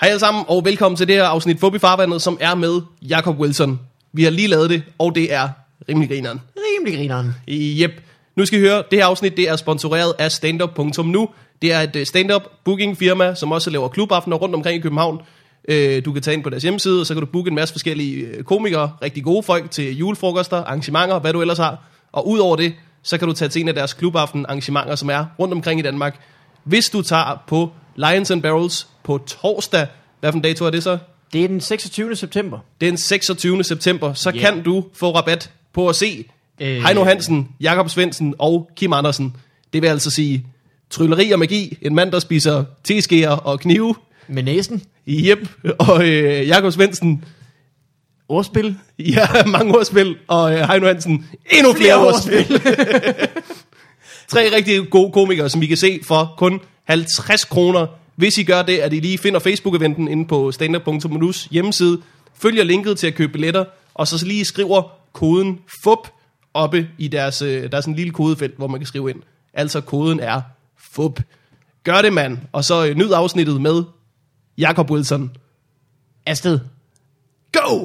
Hej alle sammen, og velkommen til det her afsnit Fubi Farvandet, som er med Jakob Wilson. Vi har lige lavet det, og det er rimelig grineren. Rimelig grineren. Jep. Nu skal I høre, det her afsnit det er sponsoreret af standup.nu. Det er et øh, stand-up booking firma, som også laver klubaftener rundt omkring i København. Øh, Du kan tage ind på deres hjemmeside, og så kan du booke en masse forskellige øh, komikere, rigtig gode folk til julefrokoster, arrangementer, hvad du ellers har. Og udover det, så kan du tage til en af deres klubaften arrangementer, som er rundt omkring i Danmark. Hvis du tager på Lions and Barrels på torsdag, hvad for en dato er det så? Det er den 26. september. den 26. september, så Ja. yeah. kan du få rabat på at se øh. Øh. Heino Hansen, Jakob Svendsen og Kim Andersen. Det vil altså sige trylleri og magi, en mand, der spiser teskeer og knive, Med næsen. Jep, og øh, Jakob Svendsen, Ordspil. ja, mange ordspil, og øh, Heino Hansen, endnu flere ordspil. Tre rigtig gode komikere, som I kan se for kun 50 kroner. Hvis I gør det, at I lige finder Facebook-eventen inde på standup.nus hjemmeside, følger linket til at købe billetter, og så lige skriver koden FUB oppe i deres, øh, der er sådan en lille kodefelt, hvor man kan skrive ind. Altså koden er FUB. Gør det, mand, og så øh, nyd afsnittet med Jakob Wilson. Afsted. Go!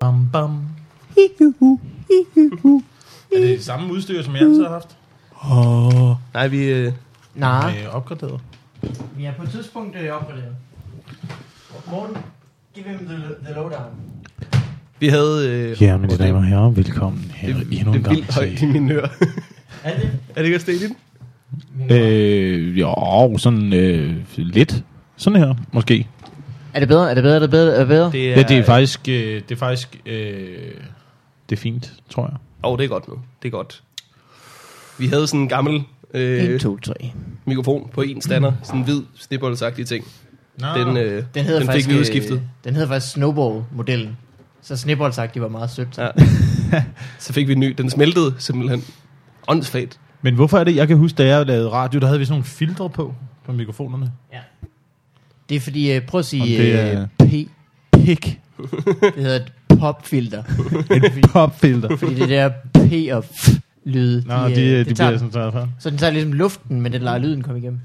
Bam, bam. Er det samme udstyr, som jeg altid har haft? Nej, vi... Øh, Nej. Ja. Øh, opgraderet. Vi er på et tidspunkt øh, opgraderet. Morten, give him the, the lowdown. vi havde... Øh, Ja, mine damer og herrer, velkommen her det, det, endnu en det er gang vildt højt i til... min øre. Er det? er det ikke også det, Elin? Øh, jo, sådan øh, lidt. Sådan her, måske. Er det bedre? Er det bedre? Er det bedre? Er det bedre? Det Ja, ja det er faktisk... Øh, det er faktisk... Øh, det er fint, tror jeg. Åh, oh, det er godt nu. Det er godt. Vi havde sådan en gammel 1, øh, 2, 3. mikrofon på en stander. Sådan en hvid, snibboldsagtig ting. Nå, Den, øh, Ah, Den hedder den faktisk, fik vi udskiftet. Øh, den hedder faktisk Snowball-modellen. Så Snibbold sagt, de var meget sødt. Ja. Så fik vi en ny. Den smeltede simpelthen. Åndssvagt. Men hvorfor er det, jeg kan huske, da jeg lavede radio, der havde vi sådan nogle filtre på, på mikrofonerne. Det er fordi, øh, prøv at sige Om det det, er- P. Pik. Det hedder et popfilter. Et popfilter. Fordi det der P og F lyde. Nå, de, de, de det bliver tager, sådan tørret for. så den tager ligesom luften, men den lader lyden komme igennem.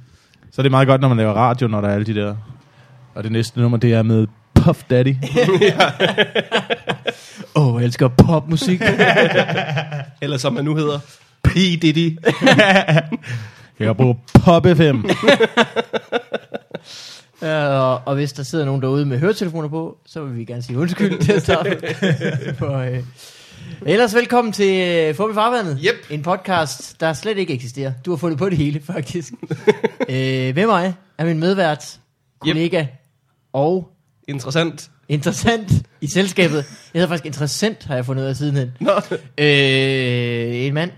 Så det er meget godt, når man laver radio, når der er alle de der... Og det næste nummer, det er med Puff Daddy. Åh, oh, jeg elsker popmusik. Eller som han nu hedder. P. Diddy. Jeg kan bruge Pop FM. Øh, og, og hvis der sidder nogen derude med høretelefoner på, så vil vi gerne sige undskyld til at starte. med. For, øh. Ellers velkommen til øh, Forbi Farvandet. Yep. En podcast, der slet ikke eksisterer. Du har fundet på det hele, faktisk. øh, med mig er min medvært, kollega yep. og Interessant. interessant i selskabet. Jeg hedder faktisk interessant, har jeg fundet ud af sidenhen. Nå. Øh, en mand,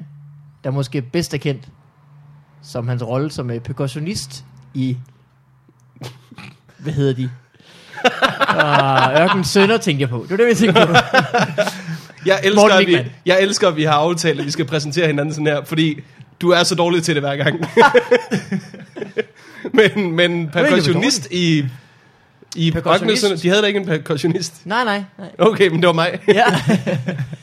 der måske bedst er kendt som hans rolle som øh, percussionist i... Hvad hedder de? Ah, Ørken Sønder tænkte jeg på. Det var det, jeg tænkte på. Jeg elsker, Morten at vi, Wigman. jeg elsker, at vi har aftalt, at vi skal præsentere hinanden sådan her, fordi du er så dårlig til det hver gang. men, men percussionist i... I Percussionist? percussionist? De havde da ikke en percussionist. Nej, nej, nej. Okay, men det var mig. Ja.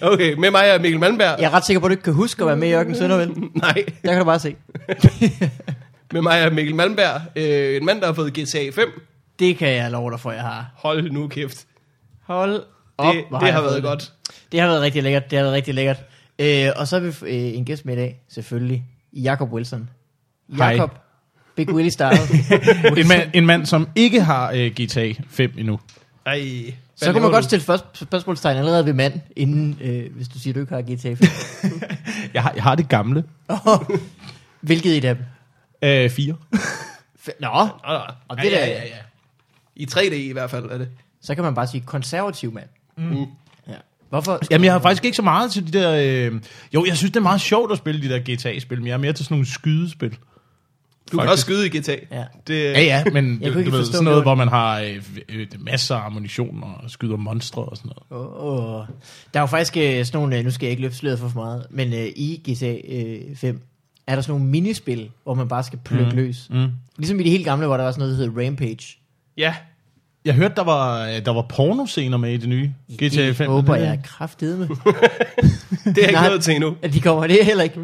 Okay, med mig er Mikkel Malmberg. Jeg er ret sikker på, at du ikke kan huske at være med i Ørken Sønder, vel? Nej, Der kan du bare se. med mig er Mikkel Malmberg. Øh, en mand, der har fået GTA 5. Det kan jeg love dig for, jeg har. Hold nu kæft. Hold op, Det, hvor det jeg har fået været godt. Det har været rigtig lækkert, det har været rigtig lækkert. Øh, og så har vi øh, en gæst med i dag, selvfølgelig. Jakob Wilson. Hej. Jakob. Big Willy Style. en, mand, en mand, som ikke har øh, GTA 5 endnu. Ej. Så kunne man godt stille først, spørgsmålstegn allerede ved mand, inden, øh, hvis du siger, du ikke har GTA 5. Jeg har, jeg har det gamle. Hvilket et af dem? Øh, 4. F- Nå, Og og det ja, der, ja, ja, ja. I 3D i hvert fald er det. så kan man bare sige konservativ mand. Mm. Ja. Hvorfor? Jamen, jeg har faktisk ikke så meget til de der... Øh... Jo, jeg synes, det er meget sjovt at spille de der GTA-spil, men jeg er mere til sådan nogle skydespil. Du kan Faktisk. også skyde i GTA. Ja. Det, Ja, ja, men kunne du, ikke du ved, forstå sådan det. noget, hvor man har øh, øh, masser af ammunition og skyder monstre og sådan noget. Oh, oh. Der er jo faktisk øh, sådan nogle, øh, nu skal jeg ikke løfte sløret for for meget, men øh, i GTA øh, 5 er der sådan nogle minispil, hvor man bare skal plukke mm. løs. Mm. Ligesom i de helt gamle, hvor der var sådan noget, der hedder Rampage. Ja. Jeg hørte, der var, øh, der var pornoscener med i det nye GTA 5. Det håber jeg kraftedeme, Det er ikke Nej. noget til endnu. at de kommer. Det er heller ikke.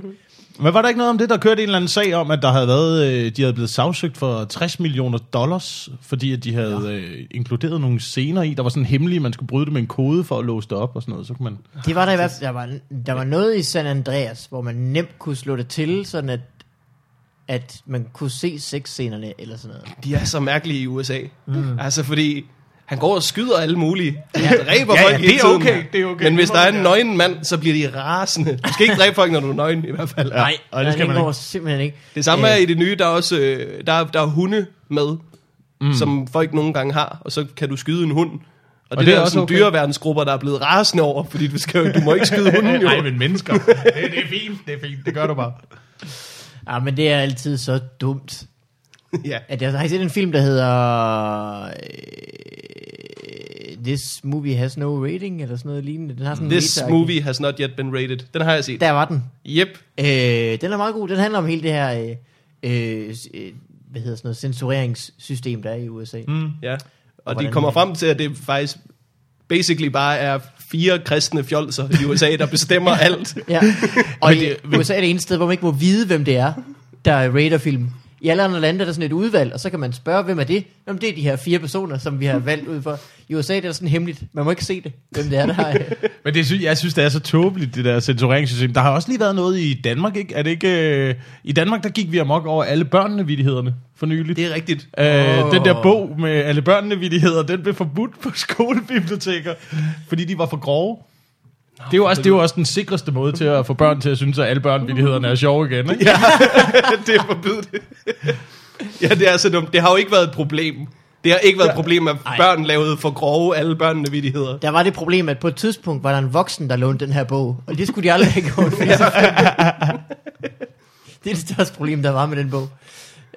Men var der ikke noget om det, der kørte en eller anden sag om, at der havde været, øh, de havde blevet sagsøgt for 60 millioner dollars, fordi at de havde øh, inkluderet nogle scener i, der var sådan hemmelige, man skulle bryde det med en kode for at låse det op og sådan noget. Så kunne man, Det var der i hvert fald, der var, der var noget i San Andreas, hvor man nemt kunne slå det til, sådan at, at man kunne se sexscenerne eller sådan noget. De er så mærkelige i USA. Mm. Altså, fordi han går og skyder alle mulige. Han dræber ja, folk ja, det er okay, det er okay. Men hvis der er en nøgen mand, så bliver de rasende. Du skal ikke dræbe folk, når du er nøgen, i hvert fald. Nej, og det skal man går ikke. simpelthen ikke. Det samme Øh, er i det nye, der er også øh, der, er, der er hunde med, mm. som folk nogle gange har, og så kan du skyde en hund. Og, og det, det, er også sådan okay. dyreverdensgrupper, der er blevet rasende over, fordi du, skal, jo- du må ikke skyde hunden Mm. jo. Nej, men mennesker. Det, det, er fint, det er fint, det gør du bare. Ah, men det er altid så dumt. ja. At jeg har I set en film, der hedder... øh, This movie has no rating, eller sådan noget lignende. Den har sådan en This rating. movie has not yet been rated. Den har jeg set. Der var den. Yep. Øh, den er meget god. Den handler om hele det her... Øh, øh, s- øh, hvad hedder sådan noget, censureringssystem, der er i USA. Mm. Ja. Og de hvordan- kommer frem til, at det faktisk basically bare er fire kristne fjolser i USA, der bestemmer alt. Ja. Og i USA er det eneste sted, hvor man ikke må vide, hvem det er, der er rater film. I alle andre lande er der sådan et udvalg, og så kan man spørge, hvem er det? Jamen, det er de her fire personer, som vi har valgt ud for. I USA det er det sådan hemmeligt. Man må ikke se det, hvem det er, der har... øh, Men det, sy- jeg synes, det er så tåbeligt, det der censureringssystem. Der har også lige været noget i Danmark, ikke? Er det ikke øh, I Danmark, der gik vi amok over alle børnene-vidighederne for nylig. Det er rigtigt. Øh, Åh. Den der bog med alle børnene, vi de hedder, den blev forbudt på skolebiblioteker, fordi de var for grove. Det er, jo også, det er jo også den sikreste måde til at få børn til at synes, at alle børnevittighederne er sjove igen. Ikke? Ja. det er forbydet. ja, det er så dumt. Det har jo ikke været et problem. Det har ikke været et problem, at børn lavede for grove alle børnene vidigheder. Der var det problem, at på et tidspunkt var der en voksen, der lånte den her bog, og det skulle de aldrig have gjort. fordi så det er det største problem, der var med den bog.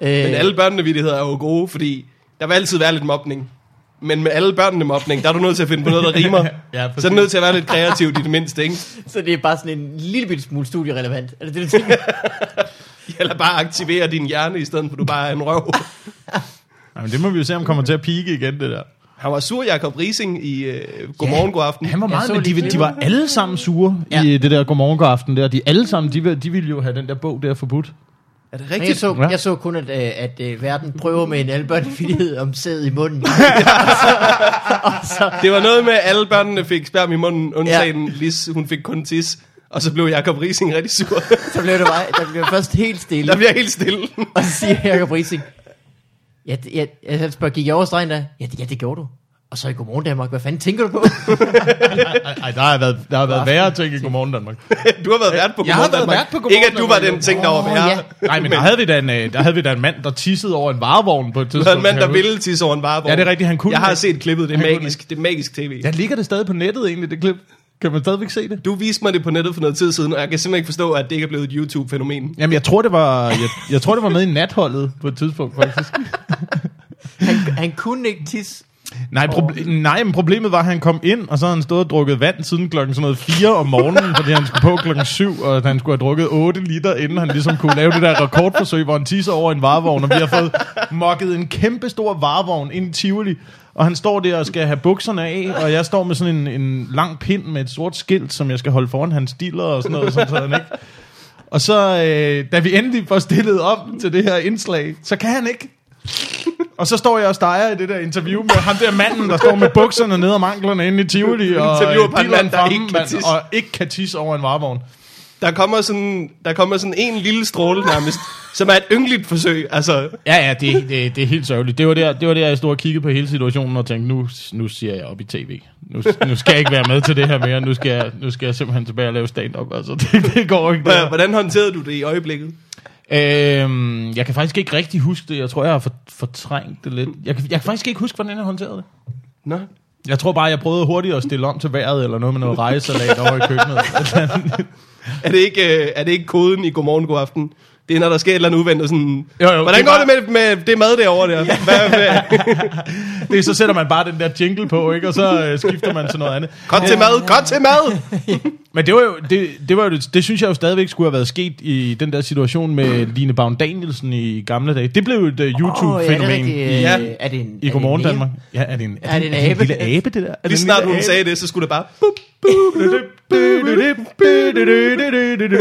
Øh, Men alle børnene vidigheder er jo gode, fordi der vil altid være lidt mobning. Men med alle børnene mobning, der er du nødt til at finde på noget, der rimer. Ja, præcis. så er du nødt til at være lidt kreativ i det mindste, ikke? Så det er bare sådan en lille bitte smule studierelevant. Er det det, du tænker? Eller bare aktivere din hjerne, i stedet for at du bare er en røv. Jamen, det må vi jo se, om kommer til at pike igen, det der. Han var sur Jacob Rising i øh, Godmorgen, god aften. Han var meget- meget, men men de, de- de var alle sammen sure ja. Ja. i det der godmorgen god aften der. De alle sammen, de, vil- de ville jo have den der bog der forbudt. Er det Men jeg, rigtigt? så, Ja. jeg så kun, at, øh, at øh, verden prøver med en albørnefillighed om sæd i munden. Det var noget med, at alle børnene fik sperm i munden, undtagen ja. Lis, hun fik kun tis. Og så blev Jacob Rising rigtig sur. Så blev det bare, der blev først helt stille, der bliver helt stille. og så siger Jacob Rising, ja, det- ja, jeg, jeg spørger, gik jeg over stregen der? Ja, det, ja, det gjorde du. Og så i Godmorgen Danmark, hvad fanden tænker du på? Nej, der har været, der har været værre ting i Godmorgen Danmark. Du har været vært på Godmorgen Jeg har været Danmark. vært på Godmorgen Ikke at du var Danmark, den ting, der var Åh, værre. ja. Nej, men der havde, vi da en, øh, der havde vi da en mand, der tissede over en varevogn på et Du tidspunkt. havde en mand, kan der jeg huske. ville tisse over en varevogn. Ja, det er rigtigt, han kunne Jeg har ikke. set klippet, det er Han kunne magisk, det er magisk tv. Ja, ligger det stadig på nettet egentlig, det klip? Kan man stadigvæk se det? Du viste mig det på nettet for noget tid siden, og jeg kan simpelthen ikke forstå, at det ikke er blevet et YouTube-fænomen. Jamen, jeg tror, det var, jeg, jeg tror, det var med i natholdet på et tidspunkt, faktisk. Han, han kunne ikke tisse. Nej, proble- nej, men problemet var, at han kom ind, og så havde han stået og drukket vand siden klokken sådan noget 4 om morgenen, fordi han skulle på klokken 7, og han skulle have drukket 8 liter, inden han ligesom kunne lave det der rekordforsøg, hvor han tisser over en varevogn, og vi har fået mokket en kæmpe stor varevogn ind i Tivoli, og han står der og skal have bukserne af, og jeg står med sådan en, en lang pind med et sort skilt, som jeg skal holde foran hans diller og sådan noget, sådan, så han ikke Og så, øh, da vi endelig får stillet om til det her indslag, så kan han ikke. Og så står jeg og steger i det der interview med ham der manden, der står med bukserne nede om anklerne inde i Tivoli. Og Interviewer øh, bare en dilleren mand, der ikke kan tisse. og ikke kan tisse over en varevogn. Der kommer sådan, der kommer sådan en lille stråle nærmest, som er et yngligt forsøg. Altså, Ja, ja, det, det, det er helt sørgeligt. Det var, der, det var der, jeg stod og kiggede på hele situationen og tænkte, nu, nu siger jeg op i tv. Nu, nu skal jeg ikke være med til det her mere. Nu skal jeg, nu skal jeg simpelthen tilbage og lave stand-up. Altså, det, det går ikke. Det her. hva- hvordan håndterede du det i øjeblikket? Øhm, jeg kan faktisk ikke rigtig huske det. Jeg tror, jeg har for, fortrængt det lidt. Jeg kan, jeg kan faktisk ikke huske, hvordan jeg håndterede det. Nå. Jeg tror bare, jeg prøvede hurtigt at stille om til vejret, eller noget med noget rejsalat over i køkkenet. Er det ikke, øh, er det ikke koden i Godmorgen, god aften? Det er, når der sker et eller andet uventet. Sådan, Jo, jo, Hvordan det går er det med, med det mad derovre der? Hvad, hvad? Det, er- så sætter man bare den der jingle på, ikke? Og så øh, skifter man til noget andet. Godt til mad, godt til mad! Men det var jo, det, det, var jo, det, det synes jeg jo stadigvæk skulle have været sket i den der situation med Line Baum Danielsen i gamle dage. Det blev jo et uh, YouTube-fænomen. ja, i- det er, Ja. rigtigt, øh, er det en, I er Godmorgen det en Danmark. Ja, er det en, Er det en abe? lille abe, det der? Er det Lige en snart lille hun abe? sagde det, så skulle det bare... Bup.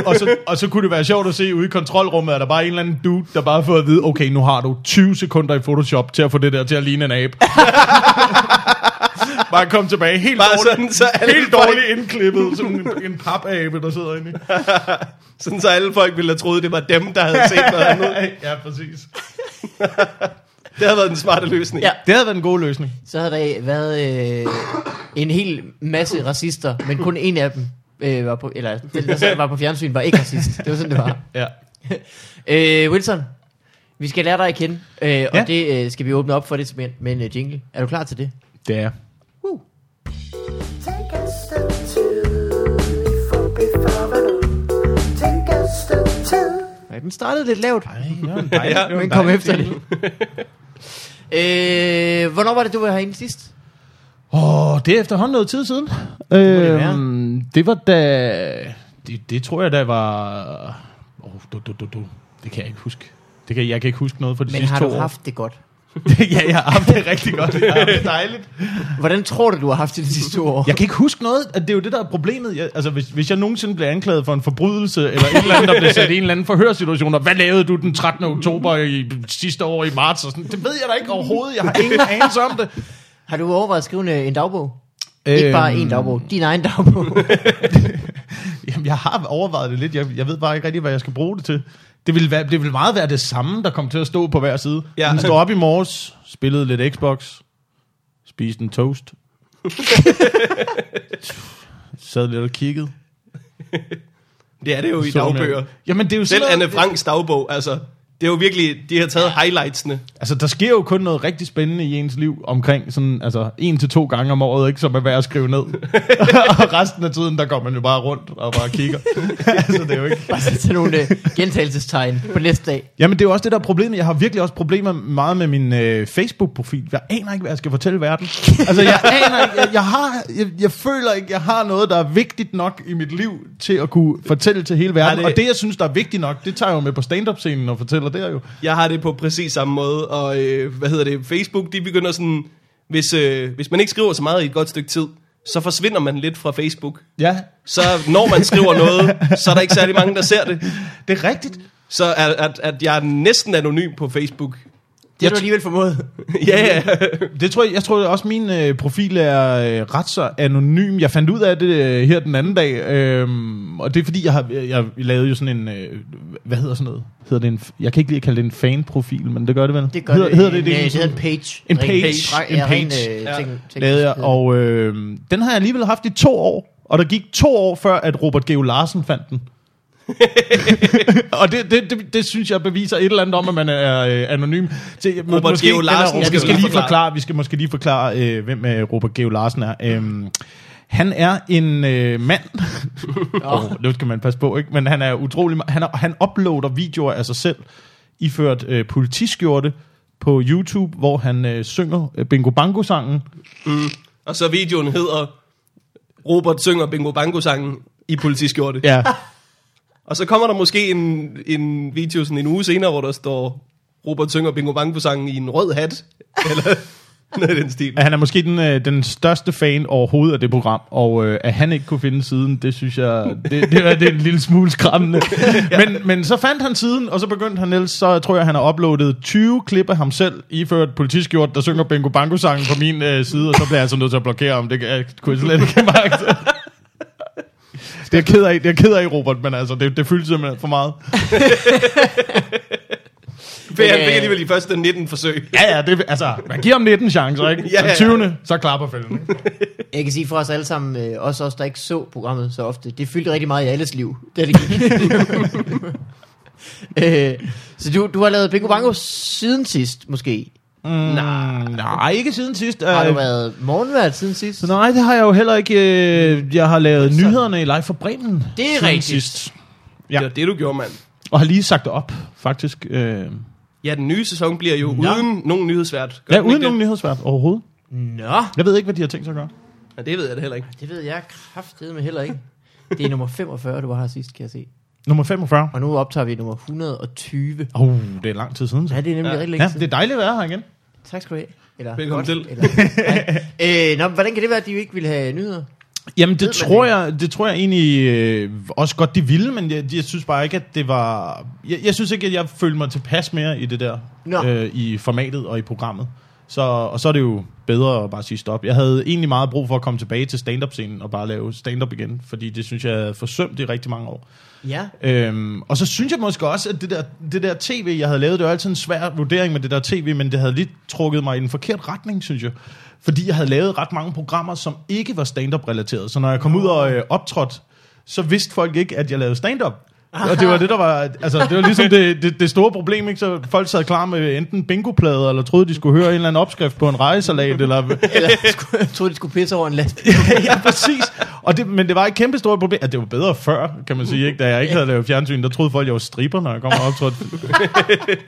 og, så, og så kunne det være sjovt at se ude i kontrolrummet, at der bare er en eller anden dude, der bare har fået at vide, okay, nu har du 20 sekunder i Photoshop til at få det der til at ligne en abe. bare kom tilbage helt Bare dårligt, sådan, så alle helt folk- dårligt indklippet, som en, en papabe, der sidder inde i. Sådan så alle folk ville have troet, det var dem, der havde set noget andet. Ja, præcis. Det havde været den smarte løsning. Ja. Det havde været en god løsning. Så havde der været øh, en hel masse racister, men kun en af dem øh, var på, eller den der sad- var på fjernsyn, var ikke racist. Det var sådan, det var. Ja. Øh, Wilson, vi skal lære dig at kende, øh, ja. Ja. og det øh, skal vi åbne op for det med, med en øh, jingle. Er du klar til det? Det er. Take a step two before before Take a step two. Ja, den startede lidt lavt, Ja. men kom efter det. øh, hvornår var det, du var herinde sidst? Åh, oh, det er efterhånden noget tid siden. det være. Øhm, det var da... Det, det tror jeg da var... Oh, du, du, du, du. Det kan jeg ikke huske. Det kan, jeg kan ikke huske noget for de Men sidste har to du år. haft det godt? ja, jeg har haft det rigtig godt. Jeg har haft det dejligt. Hvordan tror du, du har haft det de sidste to år? Jeg kan ikke huske noget. at Det er jo det, der er problemet. Jeg, altså, hvis, hvis jeg nogensinde bliver anklaget for en forbrydelse, eller et eller andet, der bliver sat i en eller anden forhørssituation, og hvad lavede du den 13. oktober i, sidste år i marts? Og sådan, det ved jeg da ikke overhovedet. Jeg har ingen anelse om det. Har du overvejet at skrive en, øh, en dagbog? Ikke Øhm. bare en dagbog, din egen dagbog. Jamen, jeg har overvejet det lidt. Jeg, jeg ved bare ikke rigtig, hvad jeg skal bruge det til. Det vil, være, det vil meget være det samme, der kommer til at stå på hver side. Ja. Ja. Den står op i morges, spillede lidt Xbox, spiste en toast, sad lidt og kiggede. Det er det jo i Så jeg- dagbøger. Jamen, det er jo Selv sådan noget, Anne Franks dagbog, altså... Det er jo virkelig, de har taget highlightsene. Altså, der sker jo kun noget rigtig spændende i ens liv omkring sådan, altså, en til to gange om året, ikke, som er værd at skrive ned. og resten af tiden, der går man jo bare rundt og bare kigger. altså, det er jo ikke... bare sætte sådan nogle øh, gentagelsestegn på næste dag. Jamen, det er jo også det, der er problemet. Jeg har virkelig også problemer meget med min øh, Facebook-profil. Jeg aner ikke, hvad jeg skal fortælle verden. Altså, jeg aner ikke. Jeg, jeg, har, jeg, jeg føler ikke, jeg har noget, der er vigtigt nok i mit liv til at kunne fortælle til hele verden. Nej, Nej, det- det... Og det, jeg synes, der er vigtigt nok, det tager jeg jo med på stand-up-scenen og fortæller der jo. Jeg har det på præcis samme måde, og øh, hvad hedder det, Facebook, de begynder sådan, hvis, øh, hvis man ikke skriver så meget i et godt stykke tid, så forsvinder man lidt fra Facebook. Ja, Så når man skriver noget, så er der ikke særlig mange, der ser det. det er rigtigt. Så at, at, at jeg er næsten anonym på Facebook. Det har du alligevel formået. Ja, Det tror jeg, jeg tror også, min øh, profil er øh, ret så anonym. Jeg fandt ud af det øh, her den anden dag, øh, og det er fordi, jeg, har, øh, jeg, jeg lavede jo sådan en, øh, hvad hedder sådan noget? Hedder det en, f- jeg kan ikke lige kalde det en fanprofil, men det gør det vel? Det gør hedder, det. Hedder det, det, øh, det, hedder det, en page. En Ren page. Fra- En ja, ren, page. øh, ting- ting- lavede jeg, og øh, den har jeg alligevel haft i to år, og der gik to år før, at Robert Geo Larsen fandt den. og det, det, det, det synes jeg beviser et eller andet om, at man er øh, anonym. Til, Robert Geo Larsen ja, skal vi, vi skal lige forklare. forklare, vi skal måske lige forklare, øh, hvem øh, Robert Geo Larsen er. Øhm, han er en øh, mand, oh, det skal man passe på, ikke? men han er utrolig, ma- han, er, han uploader videoer af sig selv, iført øh, politiskjorte på YouTube, hvor han øh, synger øh, Bingo Bango-sangen, og så videoen hedder Robert synger Bingo Bango-sangen i politiskjorte. Ja. Ja, Og så kommer der måske en, en video sådan en uge senere, hvor der står Robert synger Bingo Bango-sangen i en rød hat. Eller noget i den stil. han er måske den, øh, den største fan overhovedet af det program, og øh, at han ikke kunne finde siden, det synes jeg, det, det, er, det er en lille smule skræmmende. men, men så fandt han siden, og så begyndte han ellers, så tror jeg, han har uploadet 20 klip af ham selv, iført politiskjort, der synger Bingo Bango-sangen på min øh, side, og så bliver jeg altså nødt til at blokere ham, det kan- jeg kunne jeg slet ikke magte. Det er jeg ked af, det er jeg ked af, Robert, men altså, det, det fyldte simpelthen for meget. For han øh, fik alligevel i første 19 forsøg. Ja, ja, det, altså, man giver ham 19 chancer, ikke? Ja, Ja, ja. ja. 20. så klapper fælden, ikke? Jeg kan sige for os alle sammen, øh, også os, der ikke så programmet så ofte, det fyldte rigtig meget i alles liv, da det gik. øh, så du, du har lavet Bingo Bango siden sidst, måske. Nej, nej, ikke siden sidst. Mm. Har du Øh, været morgenvært siden sidst? så nej, det har jeg jo heller ikke. øh, Jeg har lavet nyhederne i Live for Bremen. Det er siden rigtigt. sidst. Ja. Ja. Det var det, du gjorde, mand. Og har lige sagt det op, faktisk. Øh, Ja, den nye sæson bliver jo Nå. ja. uden nogen nyhedsvært. Gør ja, den uden ikke nogen nyhedsvært overhovedet. Nå, Jeg ved ikke, hvad de har tænkt sig at gøre. det? Ja, det ved jeg det heller ikke. det ved jeg kraftedeme heller ikke. Det er nummer 45, du var her sidst, kan jeg se. Nummer 45. Og nu optager vi nummer 120. Åh, oh, det er lang tid siden. Så. Ja, det er nemlig ja. Ja. rigtig Ja, længe det er dejligt at være her igen. Tak skal du have. Eller, Velkommen til. Eller, nej. øh, nå, men hvordan kan det være, at de jo ikke ville have nyheder? Jamen, det man tror, jeg, det tror jeg egentlig øh, også godt, de ville, men jeg, jeg synes bare ikke, at det var... Jeg, jeg synes ikke, at jeg følte mig tilpas mere i det der, Nå. øh, i formatet og i programmet. Så, og så er det jo bedre at bare sige stop. Jeg havde egentlig meget brug for at komme tilbage til stand-up-scenen og bare lave stand-up igen, fordi det synes jeg havde forsømt i rigtig mange år. Ja. Øhm, og så synes jeg måske også, at det der, det der tv, jeg havde lavet, det var altid en svær vurdering med det der tv, men det havde lidt trukket mig i den forkerte retning, synes jeg. Fordi jeg havde lavet ret mange programmer, som ikke var stand-up-relateret. Så når jeg kom ud og øh, optrådte, så vidste folk ikke, at jeg lavede stand-up. Og det var det, der var, altså, det var ligesom det, det, det store problem, ikke? Så folk sad klar med enten bingoplader, eller troede, de skulle høre en eller anden opskrift på en rejesalat, eller Eller skulle, jeg troede, de skulle pisse over en lastbil. ja, præcis. Og det, men det var et kæmpe stort problem. At det var bedere før, kan man sige, ikke? Da jeg ikke havde lavet fjernsyn, der troede folk, jeg var striber, når jeg kom og optrådte.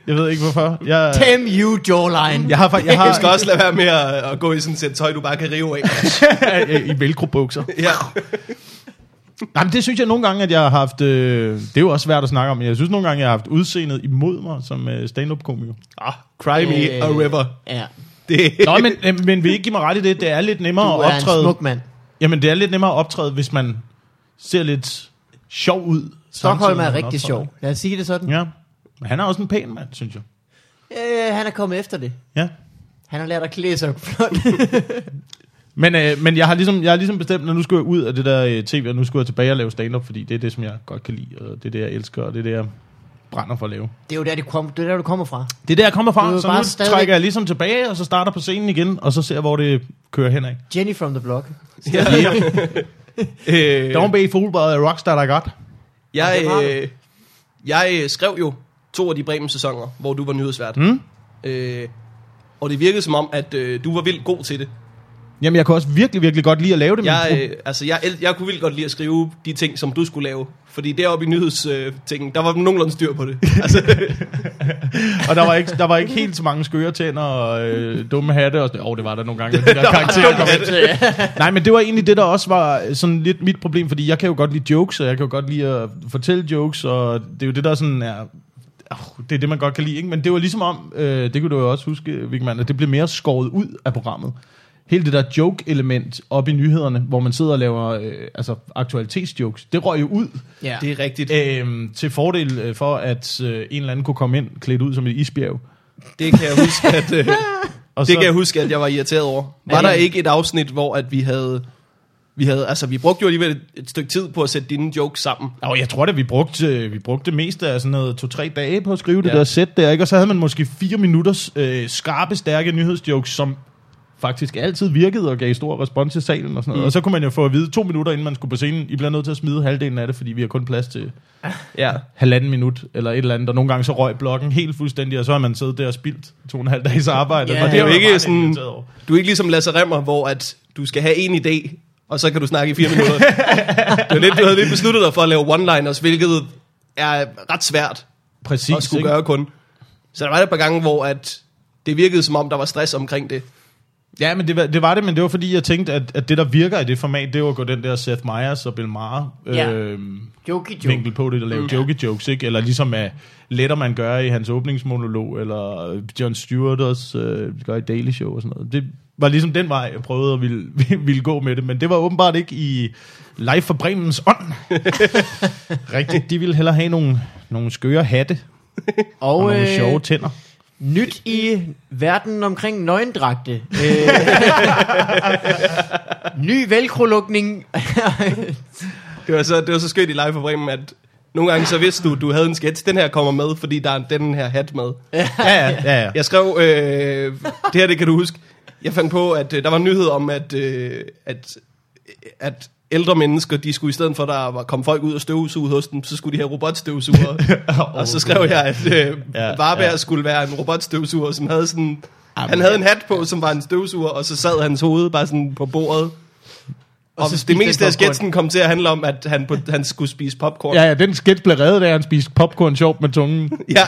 Jeg ved ikke, hvorfor. Jeg, Damn you, jawline. jeg har, fa- jeg Jeg skal har også lade være med at, at gå i sådan et sæt tøj, du bare kan rive af. i velcro-bukser. Ja. Nej, men det synes jeg nogle gange, at jeg har haft... Øh, det er jo også svært at snakke om, men jeg synes nogle gange, at jeg har haft udseendet imod mig som øh, stand-up-komiker. Ah, cry me Øh. a river. Ja. Det, Nå, men, øh, men vil I ikke give mig ret i det? Det er lidt nemmere Du at er en optræde... smuk mand. Jamen, det er lidt nemmere at optræde, hvis man ser lidt sjov ud. samtidig Stockholm med, er at man rigtig optræder. sjov. Lad os sige det sådan. Ja. Men han er også en pæn mand, synes jeg. Øh, han er kommet efter det. Ja. Han har lært at klæde sig flot. Men, øh, men jeg, har ligesom, jeg har ligesom bestemt, at nu skulle jeg ud af det der øh, tv, og nu skulle jeg tilbage og lave stand-up, fordi det er det, som jeg godt kan lide, og det er det, jeg elsker, og det er det, jeg brænder for at lave. det er jo der, det kom, det er der, du kommer fra. Det er der, jeg kommer Du er fra, jo så bare nu stadig- stadig... trækker jeg ligesom tilbage, og så starter på scenen igen, og så ser jeg, hvor det kører henad. Jenny from the block. øh, Don't be fooled by the rockstar, der godt. jeg, Ja, det var det. øh, jeg øh, skrev jo to af de Bremen-sæsoner, hvor du var nyhedsvært. Mm. Øh, og det virkede som om, at øh, du var vildt god til det. Jamen, jeg kunne også virkelig, virkelig godt lide at lave det, men Jeg, øh, altså, jeg, el- jeg kunne vildt godt lide at skrive de ting, som du skulle lave. Fordi deroppe i nyhedstingen, øh, tingen, der var nogenlunde styr på det. Altså, og der var, ikke, der var ikke helt så mange skøre tænder og øh, dumme hatte. Og, sådan- åh, det var der nogle gange, at de der Altså, karakterer kom ind. Nej, men det var egentlig det, der også var øh, sådan lidt mit problem, fordi jeg kan jo godt lide jokes, og jeg kan jo godt lide at fortælle jokes, og det er jo det, der sådan er... åh, Det er det, man godt kan lide, ikke? Men det var ligesom om, øh, det kunne du jo også huske, Vigman, at det blev mere skåret ud af programmet. Hele det der joke-element op i nyhederne, hvor man sidder og laver øh, altså aktualitetsjokes, det røg jo ud. Ja. det er rigtigt. Øhm, til fordel øh, for, at øh, en eller anden kunne komme ind klædt ud som et isbjerg. Det kan jeg huske, at... Øh, Og Det så, kan jeg huske, at jeg var irriteret over. Var Ja. der ikke et afsnit, hvor at vi havde... Vi havde, altså vi brugte jo alligevel et, et stykke tid på at sætte dine jokes sammen. Og jeg tror da, vi brugte, vi brugte det meste af sådan noget to-tre dage på at skrive det Ja. der sæt der, ikke? Og så havde man måske fire minutters øh, skarpe, stærke nyhedsjokes, som faktisk altid virkede og gav stor respons til salen og sådan noget. Mm. Og så kunne man jo få at vide to minutter, inden man skulle på scenen, I bliver nødt til at smide halvdelen af det, fordi vi har kun plads til ja, halvanden minut eller et eller andet. Og nogle gange så røg blokken helt fuldstændig, og så har man siddet der og spildt to og en halv dages arbejde. Ja. og Det er jo var jeg ikke bare lidt sådan- irriteret over. Du er ikke ligesom Lasse Remmer, hvor at du skal have en idé, og så kan du snakke i fire minutter. det var lidt, du havde lidt besluttet dig for at lave one-liners, hvilket er ret svært Præcis, at skulle ikke? gøre kun. Så der var et par gange, hvor at det virkede som om, der var stress omkring det. Ja, men det var, det var det, men det var fordi, jeg tænkte, at, at det, der virker i det format, det var at gå den der Seth Meyers og Bill Maher øh, Ja. Jokey joke. joke. vinkel på det, og lave mm. joke jokes, ikke? Eller ligesom at Letterman gør i hans åbningsmonolog, eller John Stewart også øh, gør i Daily Show og sådan noget. Det var ligesom den vej, jeg prøvede at ville, ville gå med det, men det var åbenbart ikke i Live for Bremens ånd. Rigtigt, de ville hellere have nogle, nogle skøre hatte Og, og nogle øh, sjove tænder. Nyt i verden omkring nøgendragte. Øh, ny velcro-lukning. Det var så, det var så skønt i live for Bremen, at nogle gange så vidste du, du havde en sketch, den her kommer med, fordi der er den her hat med. Ja, ja, ja. ja. Jeg skrev, øh, det her det kan du huske, jeg fandt på, at øh, der var en nyhed om, at, øh, at, øh, at ældre mennesker, de skulle i stedet for, at der var, kom folk ud og støvsuge hos dem, så skulle de have robotstøvsugere. og så skrev jeg, at øh, Ja, ja, Varberg ja. ja. skulle være en robotstøvsuger, som havde sådan... Han havde en hat på, som var en støvsuger, og så sad hans hoved bare sådan på bordet. Og, og så det spiste meste den af popcorn. sketsen kom til at handle om, at han, på, han skulle spise popcorn. Ja, ja, den sketch blev reddet af, at han spiste popcorn sjovt med tungen. ja.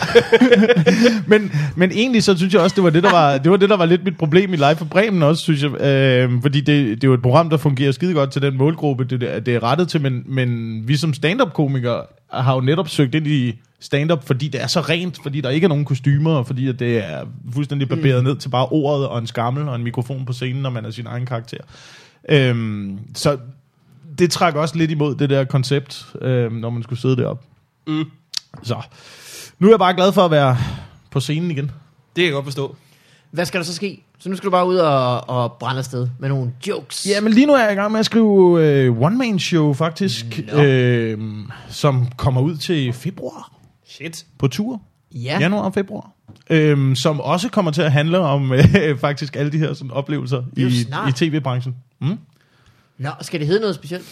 men, men egentlig så synes jeg også, det var det, der var, det var, det, der var lidt mit problem i Live for Bremen også, synes jeg. Øh, fordi det, det er jo et program, der fungerer skide godt til den målgruppe, det, det er- det er rettet til. Men, men vi som stand-up-komikere har jo netop søgt ind i stand-up, fordi det er så rent, fordi der ikke er nogen kostymer, og fordi at det er fuldstændig barberet mm. ned til bare ordet og en skammel og en mikrofon på scenen, når man er sin egen karakter. Øhm, så det trak også lidt imod det der koncept, øhm, når man skulle sidde deroppe. Mm. Så nu er jeg bare glad for at være på scenen igen. Det kan jeg godt forstå. Hvad skal der så ske? Så nu skal du bare ud og, og brænde afsted med nogle jokes. Ja, men lige nu er jeg i gang med at skrive øh, One Man Show faktisk, no. øh, som kommer ud til februar Shit. på tur. ja. Ja. Januar og februar. Øhm, som også kommer til at handle om øh, faktisk alle de her sådan, oplevelser er jo i, snart. i tv-branchen. Mm? Nå, skal det hedde noget specielt?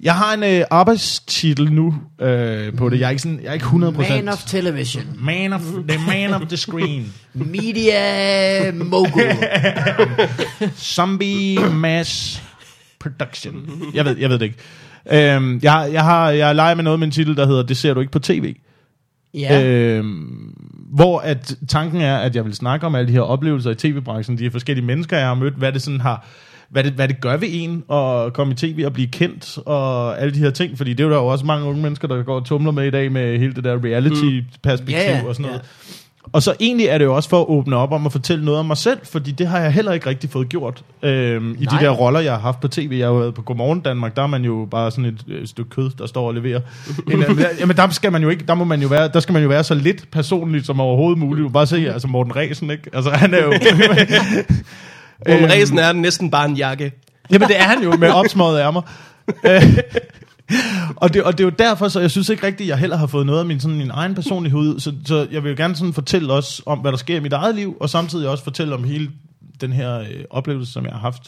Jeg har en øh, arbejdstitel nu øh, på det. Jeg er ikke, sådan, jeg er ikke 100%... Man of Television. man of the man of the screen. Media mogul. Zombie Mass Production. Jeg ved, jeg ved det ikke. Øhm, jeg, har- jeg, har, jeg leger med noget med en titel, der hedder Det ser du ikke på tv. Ja. Ja. Øhm, hvor at tanken er, at jeg vil snakke om alle de her oplevelser i tv-branchen, de her forskellige mennesker, jeg har mødt, hvad det sådan har hvad det, hvad det gør ved en at komme i tv og blive kendt og alle de her ting, fordi det er jo der jo også mange unge mennesker, der går og tumler med i dag med hele det der reality-perspektiv Ja, ja, ja, og sådan noget. ja. Og så egentlig er det jo også for at åbne op om at fortælle noget om mig selv, fordi det har jeg heller ikke rigtig fået gjort øhm, i Nej. de der roller, jeg har haft på tv. Jeg har jo været på Godmorgen Danmark, der er man jo bare sådan et øh, stykke kød, der står og leverer. En eller anden- Jamen der skal man jo ikke, der, må man jo være, der skal man jo være så lidt personligt som overhovedet muligt. Du kan bare se, altså Morten Resen, ikke? Altså han er jo... Morten Ræsen er næsten bare en jakke. Jamen det er han jo med opsmåede ærmer. Øh, og, det, og det er jo derfor, så jeg synes ikke rigtigt, jeg heller har fået noget af min, sådan, min egen personlighed ud. Så, så jeg vil jo gerne sådan fortælle også om, hvad der sker i mit eget liv, og samtidig også fortælle om hele den her øh, oplevelse, som jeg har haft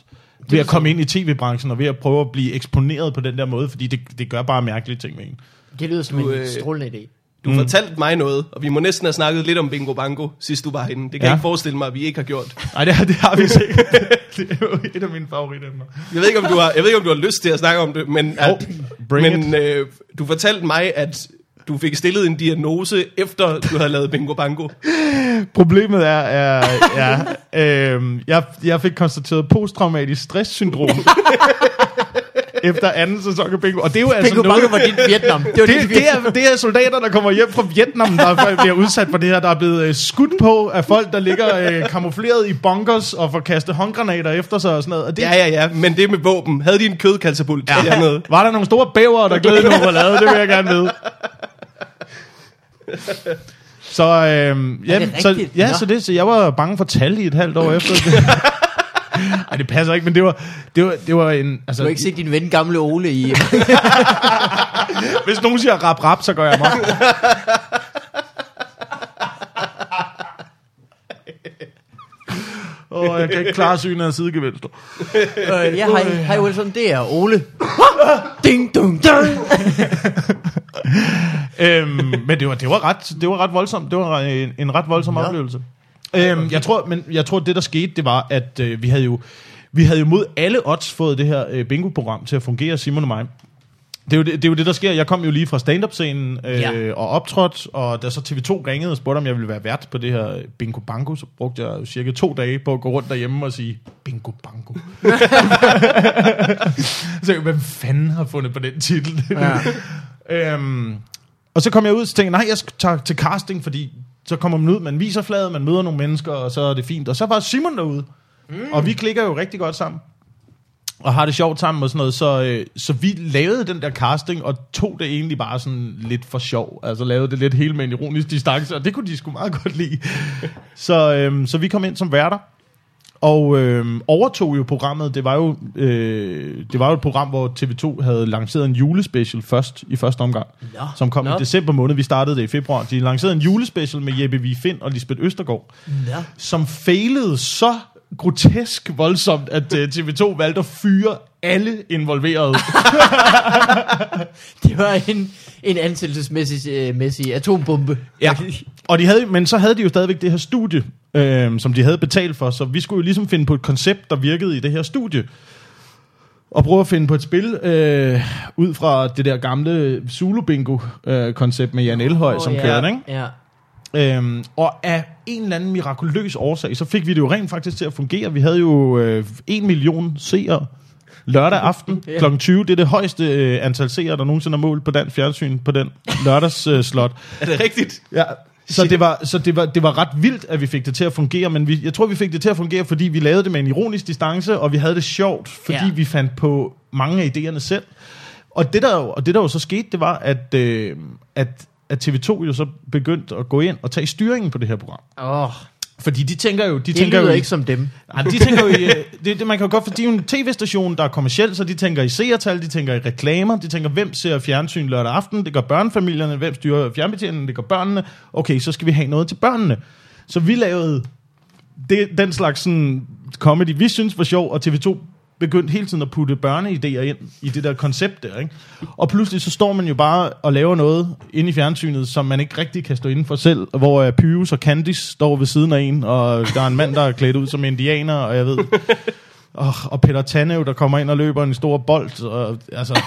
ved at komme ind i tv-branchen, og ved at prøve at blive eksponeret på den der måde, fordi det, det gør bare mærkelige ting med en. Det lyder som Du, en øh, strålende idé. Du mm. fortalte mig noget, og vi må næsten have snakket lidt om Bingo Bango, sidst du var herinde. Det kan ja. Ja. jeg ikke forestille mig, at vi ikke har gjort. Nej, det, har- det har vi sikkert. det er jo et af mine favoritemner. Jeg ved ikke, om du har, jeg ved ikke, om du har lyst til at snakke om det, men, at, bring men øh, du fortalte mig, at du fik stillet en diagnose, efter du havde lavet Bingo Bango. Problemet er, er, er øhm, jeg, jeg fik konstateret posttraumatisk stresssyndrom efter anden sæson af Bingo. Og det er jo altså Bingo noget... Bango var dit Vietnam. Det var Det, dit det, Vietnam. er, det er soldater, der kommer hjem fra Vietnam, der bliver udsat for det her, der er blevet øh, skudt på af folk, der ligger øh, kamufleret i bunkers og får kastet håndgranater efter sig og sådan noget. Og det, Ja, ja, ja, men det med våben. Havde de en kødkatapult ja. eller noget? Var der nogle store bæver, der glædede over lavet? Det vil jeg gerne vide. Så, øhm, ja, det så, rigtigt? ja, Nå. så, det, så jeg var bange for tal i et halvt år efter. Ej, det passer ikke, men det var, det var, det var en... Du Altså, har ikke set din ven gamle Ole i... hvis nogen siger rap rap, så gør jeg mig. Åh, oh, jeg kan ikke klare synet af sidegevinster. Øh, ja, hej, hej Wilson, det er Ole. Ding, dong, dong. øhm, men det var, det var ret, det var ret voldsomt. Det var en, en ret voldsom ja. oplevelse. Øhm, jeg tror, men jeg tror, det der skete, det var, at øh, vi havde jo vi havde jo mod alle odds fået det her øh, bingo-program til at fungere, Simon og mig. Det er, jo det, det er jo det, der sker. Jeg kom jo lige fra stand-up-scenen øh, Ja. ja. og optrådte, og da så TV2 ringede og spurgte, om jeg ville være vært på det her øh, Bingo Bango, så brugte jeg jo cirka to dage på at gå rundt derhjemme og sige, Bingo Bango. så jeg, hvem fanden har fundet på den titel? Ja. øhm, og så kom jeg ud og tænkte, jeg, nej, jeg skal tage til casting, fordi så kommer man ud, man viser fladet, man møder nogle mennesker, og så er det fint. Og så var Simon derude, mm. og vi klikker jo rigtig godt sammen og har det sjovt sammen og sådan noget, så, øh, så vi lavede den der casting, og tog det egentlig bare sådan lidt for sjov. Altså lavede det lidt hele med en ironisk distance, og det kunne de sgu meget godt lide. Så, øh, så vi kom ind som værter, og øh, overtog jo programmet. Det var jo, øh, det var jo et program, hvor TV2 havde lanceret en julespecial først, i første omgang, Nå. som kom Nå. i december måned. Vi startede det i februar. De lancerede en julespecial med Jeppe Vig Find og Lisbeth Østergaard Ja. som failede så grotesk voldsomt, at øh, TV2 valgte at fyre alle involverede. Det var en, en ansættelsesmæssig øh, mæssig atombombe. Og de havde, men så havde de jo stadigvæk det her studie, øh, som de havde betalt for, så vi skulle jo ligesom finde på et koncept, der virkede i det her studie. og prøver at finde på et spil øh, ud fra det der gamle Zulu Bingo-koncept med Jan Elhøj, oh, som ja. yeah. kørte, ikke? Ja. Øhm, og af en eller anden mirakuløs årsag, så fik vi det jo rent faktisk til at fungere. Vi havde jo øh, 1 million seere lørdag aften Ja. yeah. kl. 20. Det er det højeste øh, antal seere, der nogensinde er målt på dansk fjernsyn på den lørdags øh, slot. Er det rigtigt? Ja. Så, det var, så det, var, det var ret vildt, at vi fik det til at fungere, men vi, jeg tror, vi fik det til at fungere, fordi vi lavede det med en ironisk distance, og vi havde det sjovt, fordi Ja. ja. vi fandt på mange af idéerne selv. Og det, der, jo- og det, der jo så skete, det var, at, øh, at, at TV2 jo så begyndte at gå ind og tage styringen på det her program. Åh, Fordi de tænker jo... De det tænker lyder jo, i- ikke som dem. Nej, men de tænker jo, i, øh, det, det, man kan jo godt, for de er jo en tv-station, der er kommersiel, så de tænker i seertal, de tænker i reklamer, de tænker, hvem ser fjernsyn lørdag aften, det gør børnefamilierne, hvem styrer fjernbetjeningen, det gør børnene, okay, så skal vi have noget til børnene. Så vi lavede det, den slags sådan, comedy, vi synes var sjov, og TV2 begyndte hele tiden at putte børneidéer ind i det der koncept der, ikke? Og pludselig så står man jo bare og laver noget inde i fjernsynet, som man ikke rigtig kan stå inden for selv, og hvor uh, Pyrus og Candice står ved siden af en, og der er en mand, der er klædt ud som indianer, og jeg ved... Og, og Peter Tannev, der kommer ind og løber en stor bold, og, altså...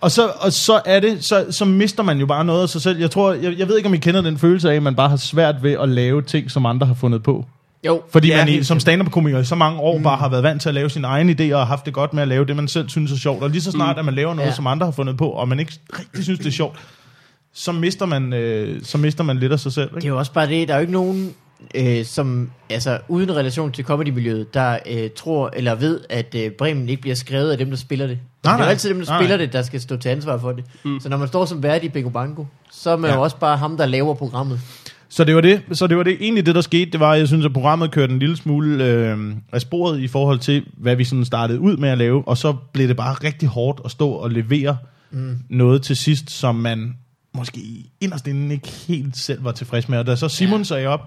Og så, og så er det, så, så mister man jo bare noget af sig selv. Jeg tror, jeg, jeg ved ikke, om I kender den følelse af, at man bare har svært ved at lave ting, som andre har fundet på. Jo, Fordi Ja, ja, man i, helt som stand-up-komiker i så mange år mm. bare har været vant til at lave sine egne idéer og haft det godt med at lave det, man selv synes er sjovt. Og lige så snart, mm. at man laver noget, Ja. ja. som andre har fundet på, og man ikke rigtig synes, det er sjovt, så mister man, øh, så mister man lidt af sig selv. det Ikke? er jo også bare det, der er jo ikke nogen, øh, som altså uden relation til comedymiljøet, der øh, tror eller ved, at øh, Bremen ikke bliver skrevet af dem, der spiller det. Nej, det er jo nej. altid dem, der Nej, spiller nej. det, der skal stå til ansvar for det. Mm. Så når man står som vært i Bingo Bango, så er man ja. Ja. jo også bare ham, der laver programmet. Så det var det. Så det var det. Egentlig det, der skete, det var, at jeg synes, at programmet kørte en lille smule øh, af sporet i forhold til, hvad vi sådan startede ud med at lave. Og så blev det bare rigtig hårdt at stå og levere mm. noget til sidst, som man måske inderst inden ikke helt selv var tilfreds med. Og da så Simon ja. sagde op,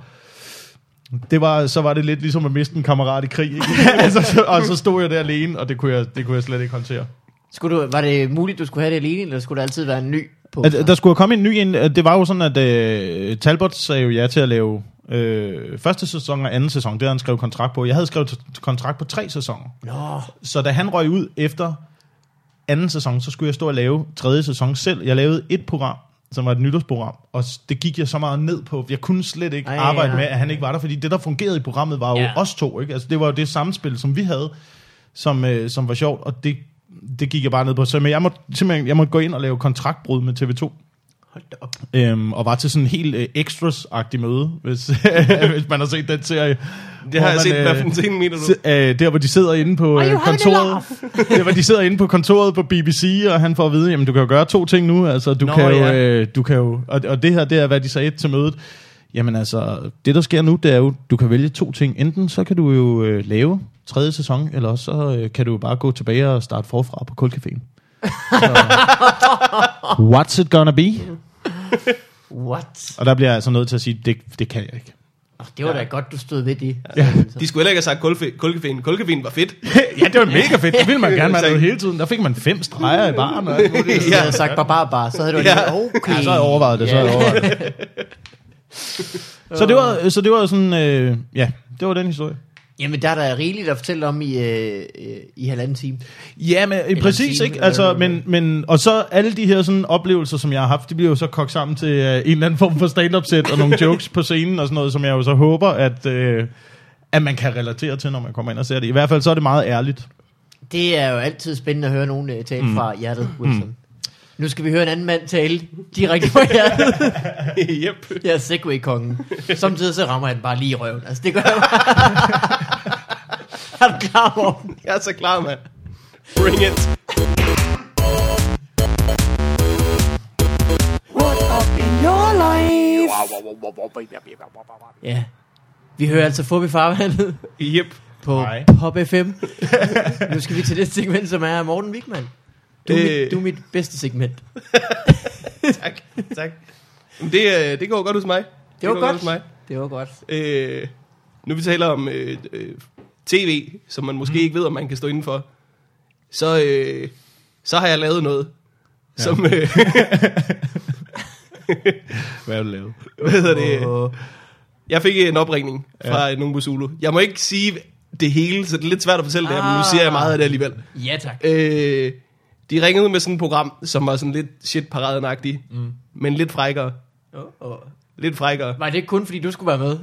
det var, så var det lidt ligesom at miste en kammerat i krig. Ikke? altså, så, og så stod jeg der alene, og det kunne jeg, det kunne jeg slet ikke håndtere. Skulle du, var det muligt, du skulle have det alene, eller skulle der altid være en ny på? At, der skulle komme en ny ind. Det var jo sådan, at øh, Talbot sagde jo ja til at lave øh, første sæson og anden sæson. Det havde han skrevet kontrakt på. Jeg havde skrevet t- kontrakt på tre sæsoner. Nå, Så da han røg ud efter anden sæson, så skulle jeg stå og lave tredje sæson selv. Jeg lavede et program, som var et nytårsprogram, og s- det gik jeg så meget ned på. Jeg kunne slet ikke Ej, Ej, arbejde ja. med, at han ikke var der, fordi det, der fungerede i programmet, var jo Ja. ja. os to. Ikke? Altså, det var jo det samspil, som vi havde, som, øh, som var sjovt, og det, det gik jeg bare ned på. Så men jeg måtte, simpelthen, jeg måtte gå ind og lave kontraktbrud med TV2. hold da op. Øhm, og var til sådan en helt øh, extras-agtig møde, hvis, hvis man har set den serie. Det hvor har jeg man, set. øh, Hvad for en scene mener du? se- øh, der hvor de sidder inde på Are you øh, having a kontoret. der hvor de sidder inde på kontoret på BBC, og han får at vide, jamen du kan jo gøre to ting nu, altså du Nå, Nå, kan jo, ja. øh, du kan jo og, og det her det er hvad de sagde til mødet. Jamen altså, det der sker nu, det er jo, du kan vælge to ting. Enten så kan du jo øh, lave tredje sæson, eller også så øh, kan du jo bare gå tilbage og starte forfra på kulcaféen. Så, what's it gonna be? What? Og der bliver jeg altså nødt til at sige, det, det kan jeg ikke. Oh, det var ja. da godt, du stod ved det. De skulle heller ikke have sagt kulfe- kulkefeen. Kulkefeen var fedt. ja, det var mega fedt. Det ville man gerne have hele tiden. Der fik man fem streger i baren. Og alt muligt. Hvis ja. Ja. jeg havde sagt barbarbar, så havde du Ja. ja. lige, okay. Ja, så har jeg overvejet det. Så, har jeg overvejet det. så det var så det var sådan øh, ja, det var den historie. Jamen, der er der rigeligt at fortælle om i, øh, øh, i halvanden time. Ja, men øh, præcis, time, ikke? Altså, eller- men, men, og så alle de her sådan, oplevelser, som jeg har haft, de bliver jo så kogt sammen til øh, en eller anden form for stand-up-sæt og nogle jokes på scenen og sådan noget, som jeg jo så håber, at, øh, at man kan relatere til, når man kommer ind og ser det. I hvert fald så er det meget ærligt. Det er jo altid spændende at høre nogen øh, tale mm. fra hjertet, Wilson. Mm. Nu skal vi høre en anden mand tale direkte fra hjertet. yep. Jeg er Segway-kongen. Samtidig så rammer han bare lige i røven. Altså, det gør jeg bare. er du klar over? Jeg er så klar, mand. Bring it. What up in your life? Ja. Vi hører altså Fubi Farvandet Yep. på Hej. Pop FM. nu skal vi til det segment, som er Morten Wigman. Du, øh. Øh. mit, du er mit bedste segment. Tak. tak. Jamen, Det, øh, det går godt hos mig. Det var går godt. hos mig. Det var godt. Øh, nu vi taler om øh, øh, tv, som man måske mm. ikke ved, om man kan stå indenfor, så, øh, så har jeg lavet noget, ja. som... Øh, Hvad har du lavet? Øh. hvad hedder det? Jeg fik en opringning fra ja. nogen på Zulu. Jeg må ikke sige, det hele, så det er lidt svært at fortælle ah. det her, men nu siger jeg meget af det alligevel. Ja, tak. Øh, de ringede med sådan et program, som var sådan lidt shit-paraden mm. men lidt frækkere. Oh, oh. Lidt frækkere. Var det ikke kun, fordi du skulle være med?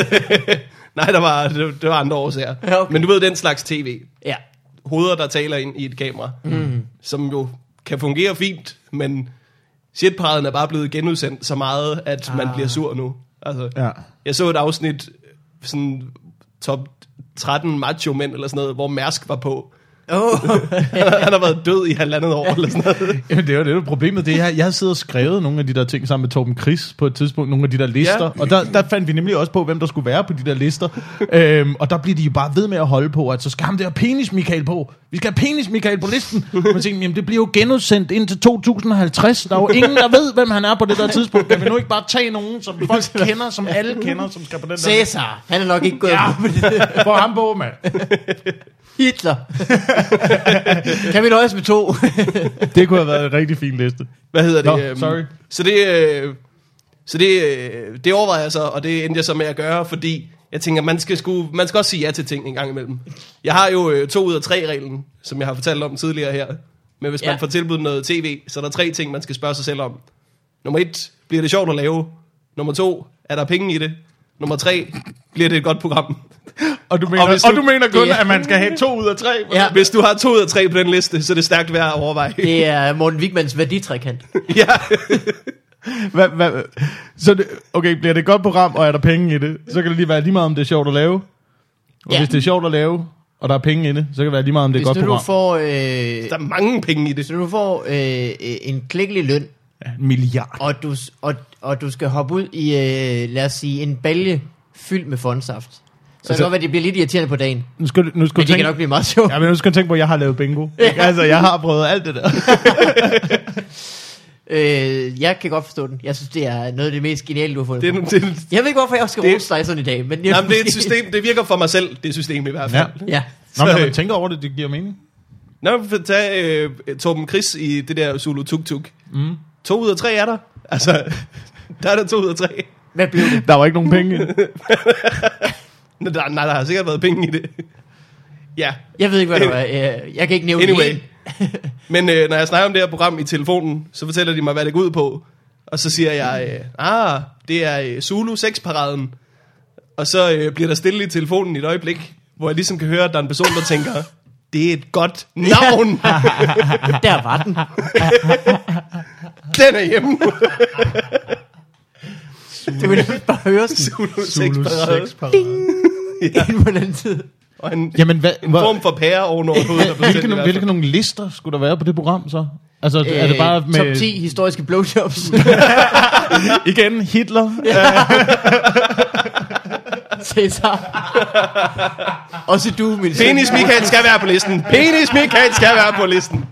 Nej, der var, det, det var andre årsager. Ja, okay. Men du ved, den slags tv. Ja. Hoveder, der taler ind i et kamera, mm. som jo kan fungere fint, men shitparaden er bare blevet genudsendt så meget, at ah. man bliver sur nu. Altså, Ja. Jeg så et afsnit, sådan top 13 macho mænd eller sådan noget, hvor Mærsk var på. Oh. Han har været død i halvandet år eller sådan noget. Jamen, det er jo det, der er problemet. Det er, jeg har siddet og skrevet nogle af de der ting sammen med Torben Chris på et tidspunkt, nogle af de der lister, ja. og der, der fandt vi nemlig også på, hvem der skulle være på de der lister. øhm, og der bliver de jo bare ved med at holde på, at så skal ham der penis Michael på. Vi skal have penis Michael på listen. Man tænker, jamen det bliver jo genudsendt indtil 2050. Der er jo ingen, der ved, hvem han er på det der tidspunkt. Kan vi nu ikke bare tage nogen, som folk kender, som alle kender, som skal på den der Cæsar. Han er nok ikke gået ja. med det. Få ham på, mand. Hitler. kan vi nøjes med to? Det kunne have været en rigtig fin liste. Hvad hedder det? Nå, øhm, sorry. Så det, øh, så det, øh, det overvejer jeg så, og det endte jeg så med at gøre, fordi jeg tænker, man skal, sku, man skal også sige ja til ting en gang imellem. Jeg har jo øh, to ud af tre reglen, som jeg har fortalt om tidligere her. Men hvis ja. Ja. man får tilbudt noget tv, så er der tre ting, man skal spørge sig selv om. Nummer et, bliver det sjovt at lave? Nummer to, er der penge i det? Nummer tre, bliver det et godt program? Og du mener, og hvis og du- du mener kun, Det er- at man skal have to ud af tre. Ja. Hvis du har to ud af tre på den liste, så er det stærkt værd at overveje. Det er Morten Wigmans værditrækant. ja. Hvad, hvad, så det, okay, bliver det et godt program, og er der penge i det, så kan det lige være lige meget, om det er sjovt at lave. Og Ja. ja. hvis det er sjovt at lave, og der er penge i det, så kan det være lige meget, om det er Hvis et godt du nu program. får, øh, Der er mange penge i det. hvis du nu får øh, øh, en klikkelig løn, Ja, en milliard. og du, s- og, og du skal hoppe ud i, øh, lad os sige, en balje fyldt med fondsaft, så altså, kan det godt være, at det bliver lidt irriterende på dagen. Nu skal, du- nu skal Men du det kan tænke, nok blive meget sjovt. ja, men nu skal du tænke på, at jeg har lavet bingo. Ikke? Altså, jeg har prøvet alt det der. Øh, jeg kan godt forstå den. Jeg synes, det er noget af det mest geniale, du har fundet. Det, Det, er- det, er- jeg ved ikke, hvorfor jeg også skal Det- rose dig sådan i dag, men jeg, Jamen, det er et system, det virker for mig selv, det system i hvert fald. Ja. Ja. Nå, men når man tænker over det, det giver mening. Nå, men for tag øh, Torben Chris i det der Zulu Tuk Tuk. Mm. To ud af tre er der. Altså, der er der to ud af tre. Hvad blev det? Der var ikke nogen penge i det. Nå, der, nej, der har sikkert været penge i det. ja, Jeg ved ikke, hvad det var. Øh, Jeg kan ikke nævne det. anyway. hele. Men øh, når jeg snakker om det her program i telefonen, så fortæller de mig, hvad det går ud på. Og så siger jeg, øh, ah, det er øh, Zulu 6-paraden. Og så øh, bliver der stille i telefonen i et øjeblik, hvor jeg ligesom kan høre, at der er en person, der tænker, det er et godt navn. Der var den. Den er hjemme. Det vil jeg bare høre sådan Zulu Zulu 6-parade. 6 inden på den tid. Og en Jamen, hvad, En hvor, form for pære ovenover hovedet. der blev sendt i hvilke, hvert nogle, fald. hvilke nogle lister skulle der være på det program så? Altså, øh, er det Øh, bare med... Top 10 historiske blowjobs. Igen, Hitler. Cæsar. Også du, min søn. Penis Michael skal være på listen. Penis Michael skal være på listen.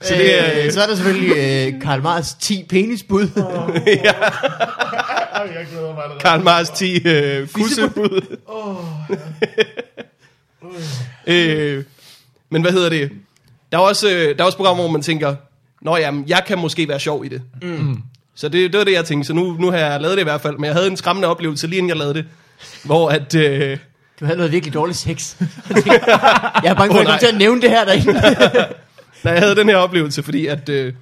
Så det er... Øh, så er der selvfølgelig øh, Karl Marx 10 penisbud. jeg glæder mig allerede. Karl Marx 10 øh, kussebud. øh, men hvad hedder det? Der er også, øh, der er også programmer, hvor man tænker, Nå jamen, jeg kan måske være sjov i det. Mm. Så det, det var det, jeg tænkte. Så nu, nu har jeg lavet det i hvert fald. Men jeg havde en skræmmende oplevelse, lige inden jeg lavede det. Hvor at... Øh, Du havde noget virkelig dårligt sex. jeg Åh, er bange for, at jeg nej. kommer til at nævne det her derinde. Nej, jeg havde den her oplevelse, fordi at... Øh,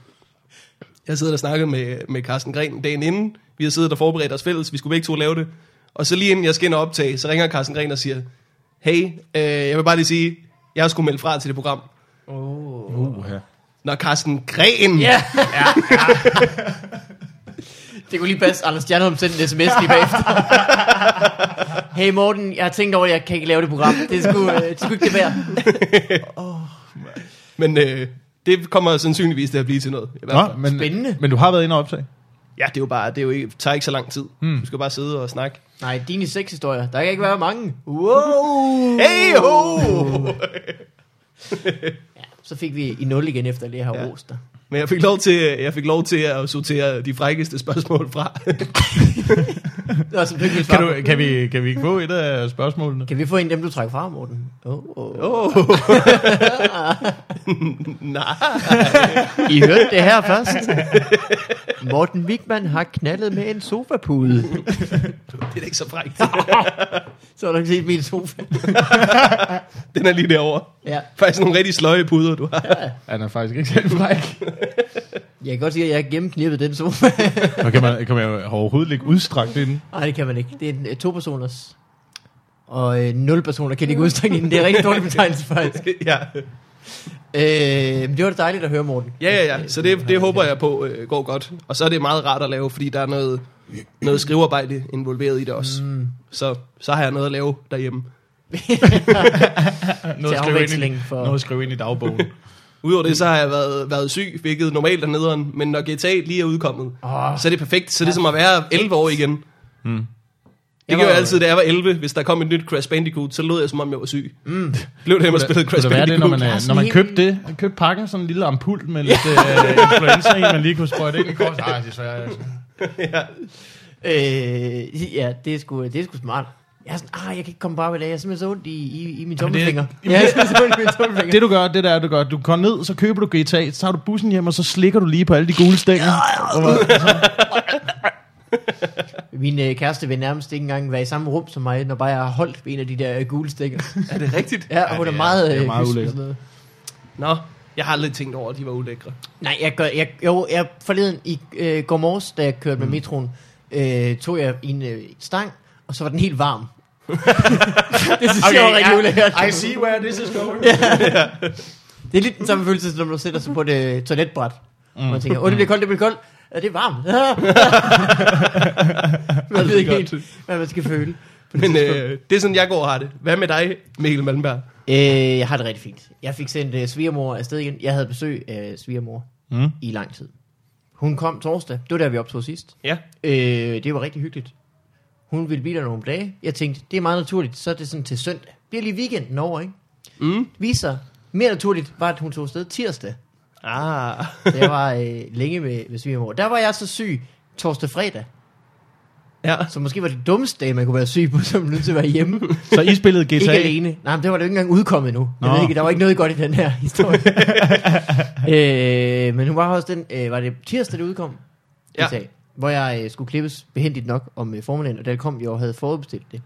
jeg sidder og snakker med, med Carsten Gren dagen inden. Vi har siddet og forberedt os fælles. Vi skulle begge to lave det. Og så lige inden jeg skal ind og optage, så ringer Carsten Gren og siger, Hey, øh, jeg vil bare lige sige, jeg har sgu meldt fra til det program. Uh, ja. Når Carsten Gren... Oh. Ja. Det kunne lige passe, Anders Stjernholm sendte en sms lige bagefter. Hey Morten, jeg har tænkt over, at jeg kan ikke lave det program. Det skulle, øh, det skulle ikke det være. Men øh, det kommer sandsynligvis til at blive til noget. I hvert fald. Nå, men, Spændende. men du har været inde og optage. Ja, det er jo bare, det er jo ikke, tager ikke så lang tid. Hmm. Du skal bare sidde og snakke. Nej, dine sexhistorier. Der kan ikke være mange. Wow! Hey ho! Så fik vi i nul igen efter det her Ja. ja. roster. Men jeg fik, lov til, jeg fik lov til at sortere de frækkeste spørgsmål fra. Nå, som du ikke ville Kan, svare du, på. kan, vi, kan vi ikke få et af spørgsmålene? Kan vi få en af dem, du trækker fra, Morten? Oh, oh. oh. Nej. I hørte det her først. Morten Wigman har knaldet med en sofapude. Det er da ikke så frækt. Så har du ikke set min sofa. Den er lige derovre. Ja. Faktisk nogle rigtig sløje puder, du har. Han er faktisk ikke særlig fræk. Jeg kan godt sige, at jeg har gennemknippet den sofa. Og kan man, kan man jo overhovedet ikke udstrakt inden. Nej, det kan man ikke. Det er en øh, to-personers. Og øh, nul personer kan de ikke udstrække inden. Det er en rigtig dårlig betegnelse, faktisk. ja. Øh, men det var da dejligt at høre, Morten. ja, ja, ja. Så det, det håber jeg på øh, går godt. Og så er det meget rart at lave, fordi der er noget, noget skrivearbejde involveret i det også. Mm. Så, så har jeg noget at lave derhjemme. Noget at skrive ind i, afveksling for- noget at skrive ind i dagbogen. Udover det, så har jeg været, været syg, hvilket normalt er nederen, men når GTA lige er udkommet, Åh. oh, så er det perfekt. Så er det som at være 11 år igen. Mm. Jeg Det gjorde var- jeg altid, da jeg var 11. Hvis der kom et nyt Crash Bandicoot, så lød jeg, som om jeg var syg. Mm. Blev det hjemme og spillede Kunne Crash det være Bandicoot. det, når man, Der er øh, sådan når man helt- købte det? Købte pakken, sådan en lille ampul med lidt øh, influenza i, man lige kunne sprøjte ind i korset. Nej, desværre. Øh, ja, det er, sgu, det er sgu smart. Jeg er sådan, ah, jeg kan ikke komme bare med det. Jeg er simpelthen så ondt i, i, i min tommelfinger. Ja, jeg er simpelthen så ondt i min tommelfinger. Det du gør, det der er, du gør, du går ned, så køber du GTA, så tager du bussen hjem, og så slikker du lige på alle de gule stænger. Min øh, kæreste vil nærmest ikke engang være i samme rum som mig, når bare jeg har holdt ved en af de der øh, gule stikker. Er det rigtigt? Ja, og hun er, meget, det er meget kysk og ulækkert. sådan noget. Nå, jeg har aldrig tænkt over, at de var ulækre. Nej, jeg gør, jeg, jo, jeg forleden i øh, går morges, da jeg kørte med metroen, øh, tog jeg en øh, stang, og så var den helt varm. det synes okay, jeg var rigtig ulækkert. I see where this is going. Det er lidt den samme følelse, som når du sætter sig på et øh, toiletbræt. Mm. Og man tænker, åh, det bliver koldt, det bliver koldt. Ja, det er varmt. man ved ikke helt, hvad man skal føle. Men øh, det er sådan, jeg går og har det. Hvad med dig, Mikkel Malmberg? Øh, jeg har det rigtig fint. Jeg fik sendt øh, svigermor afsted igen. Jeg havde besøg af svigermor mm. i lang tid. Hun kom torsdag. Det var der, vi optog sidst. Ja. Øh, det var rigtig hyggeligt. Hun ville blive der nogle dage. Jeg tænkte, det er meget naturligt. Så er det sådan til søndag. Bliver lige weekenden over, ikke? Mm. Viser mere naturligt var, at hun tog afsted tirsdag. Ah. Så jeg var øh, længe med, med svigermor. Der var jeg så syg torsdag fredag. ja. Så måske var det dummeste dag, man kunne være syg på, som nødt til at være hjemme. Så I spillede GTA? Ikke alene. Nej, men det var det jo ikke engang udkommet endnu. Jeg Nå. ved ikke, der var ikke noget godt i den her historie. øh, men hun var her også den, øh, var det tirsdag, det udkom? Ja. I dag, hvor jeg øh, skulle klippes behendigt nok om øh, formiddagen, og da det kom, jeg jo havde forudbestilt det.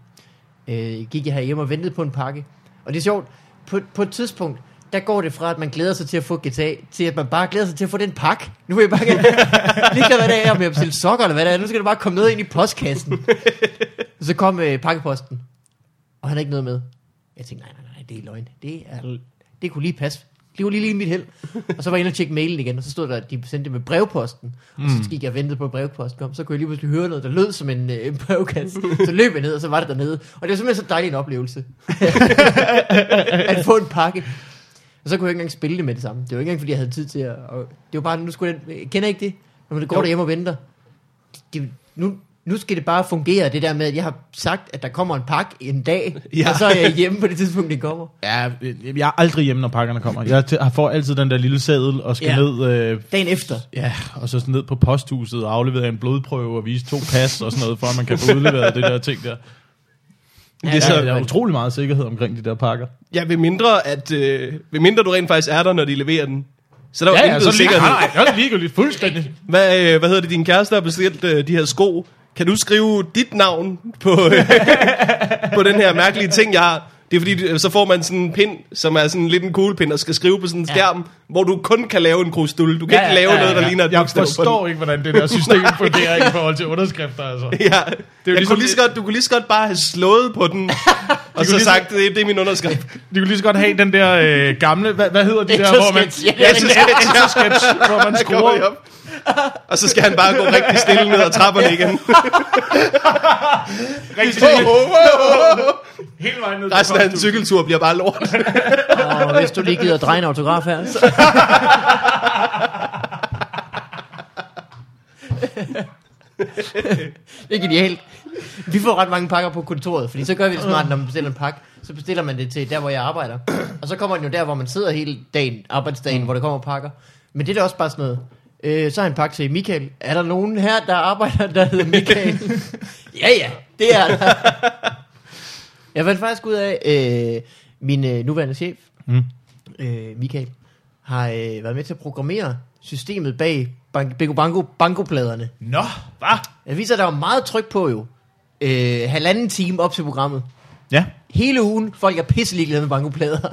Øh, gik jeg herhjemme og ventede på en pakke. Og det er sjovt, på, på et tidspunkt, der går det fra, at man glæder sig til at få GTA, til at man bare glæder sig til at få den pakke. Nu vil jeg bare gerne, lige hvad det er, om jeg har bestilt sokker eller hvad det er, nu skal der bare komme noget ind i postkassen. så kom øh, pakkeposten, og han havde ikke noget med. Jeg tænkte, nej, nej, nej, det er løgn. Det, er, det kunne lige passe. Det var lige, lige mit held. Og så var jeg inde og tjekke mailen igen, og så stod der, at de sendte det med brevposten. Og så gik jeg og ventede på, at brevposten kom. Så kunne jeg lige pludselig høre noget, der lød som en, øh, en brevkasse. Så løb jeg ned, og så var det dernede. Og det var simpelthen så dejlig en oplevelse. at få en pakke. Og så kunne jeg ikke engang spille det med det samme. Det var ikke engang, fordi jeg havde tid til at... Og det var bare, nu skulle den... Kender I ikke det? Når man går derhjemme og venter. Det, nu, nu skal det bare fungere, det der med, at jeg har sagt, at der kommer en pakke en dag, ja. Ja. og så er jeg hjemme på det tidspunkt, den kommer. Ja, øh, jeg er aldrig hjemme, når pakkerne kommer. Jeg til- får altid den der lille sædel og skal Ja. ja. ned... Øh, Dagen efter. Ja, og så sådan ned på posthuset og aflevere en blodprøve og vise to pas og sådan noget, for at man kan få udleveret det der ting der. Det Ja, er Så så, der er utrolig meget sikkerhed omkring de der pakker. ja, ved mindre, at, øh, ved mindre du rent faktisk er der, når de leverer den. Så der er jo intet sikkerhed. Nej, det er ligegyldigt fuldstændig. Hvad, øh, hvad hedder det, din kæreste har bestilt øh, de her sko? Kan du skrive dit navn på, øh, på den her mærkelige ting, jeg har? Det er fordi, øh, så får man sådan en pind, som er sådan lidt en kuglepind, og skal skrive på sådan en skærm, hvor du kun kan lave en krusdul. Du kan Ja, ikke lave ja, ja, noget, der ja. ligner et Jeg bogstav på den. forstår ikke, hvordan det der system fungerer i forhold til underskrifter, altså. Ja, det er jo jeg ligesom ligesom kunne lige så det- godt, du kunne lige så godt bare have slået på den, og så lige så- sagt, det, det er min underskrift. De kunne lige så godt have den der øh, gamle, hvad, hvad hedder de der, hvor man, Exosketch. Ja, det er så rigtigt. skal jeg sketch, hvor man så kommer skruer jeg op. Og så skal han bare gå rigtig stille ned ad trapperne igen. rigtig hele vejen ned til Resten af hans posthuset. cykeltur bliver bare lort. Og hvis du lige gider at dreje en autograf her, så... det er genialt. Vi får ret mange pakker på kontoret, fordi så gør vi det smart, når man bestiller en pakke. Så bestiller man det til der, hvor jeg arbejder. Og så kommer den jo der, hvor man sidder hele dagen, arbejdsdagen, hvor der kommer pakker. Men det er da også bare sådan noget. Øh, så har jeg en pakke til Michael. Er der nogen her, der arbejder, der hedder Michael? ja, ja, det er der. Jeg fandt faktisk ud af, øh, min øh, nuværende chef, mm. øh, Michael, har øh, været med til at programmere systemet bag bank- Bingo Bango Bango-pladerne. Nå, hvad? Det viser, at der var meget tryk på jo. Øh, halvanden time op til programmet. Ja. Hele ugen, folk er pisseligeglade med bankoplader.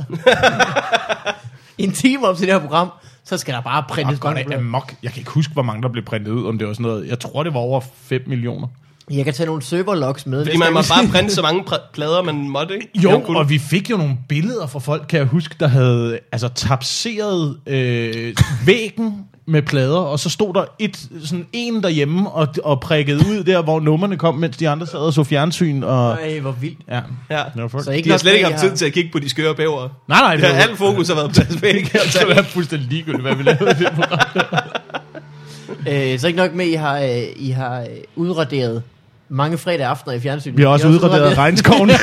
en time op til det her program, så skal der bare Jeg, printes godt af, bankoplader. amok. jeg kan ikke huske, hvor mange der blev printet ud, om det var sådan noget. Jeg tror, det var over 5 millioner. Jeg kan tage nogle serverlogs med. Fordi man må bare printe så mange pr- plader, man måtte, ikke? Jo, Man kunne- og vi fik jo nogle billeder fra folk, kan jeg huske, der havde altså, tapseret øh, væggen med plader, og så stod der et, sådan en derhjemme og, og prikkede ud der, hvor nummerne kom, mens de andre sad og så fjernsyn. Og, Ej, hvor vildt. ja. Ja. No, fuck. Så Nej, ikke De har nok slet med, ikke I haft tid til at kigge på de skøre bæver. nej, det Ja, var, alt fokus har været på deres væg. det var fuldstændig ligegyldigt, hvad vi lavede i det program. Øh, så ikke nok med, I har, øh, I har øh, udraderet mange fredag aftener i fjernsynet. Vi har også I udraderet regnskoven.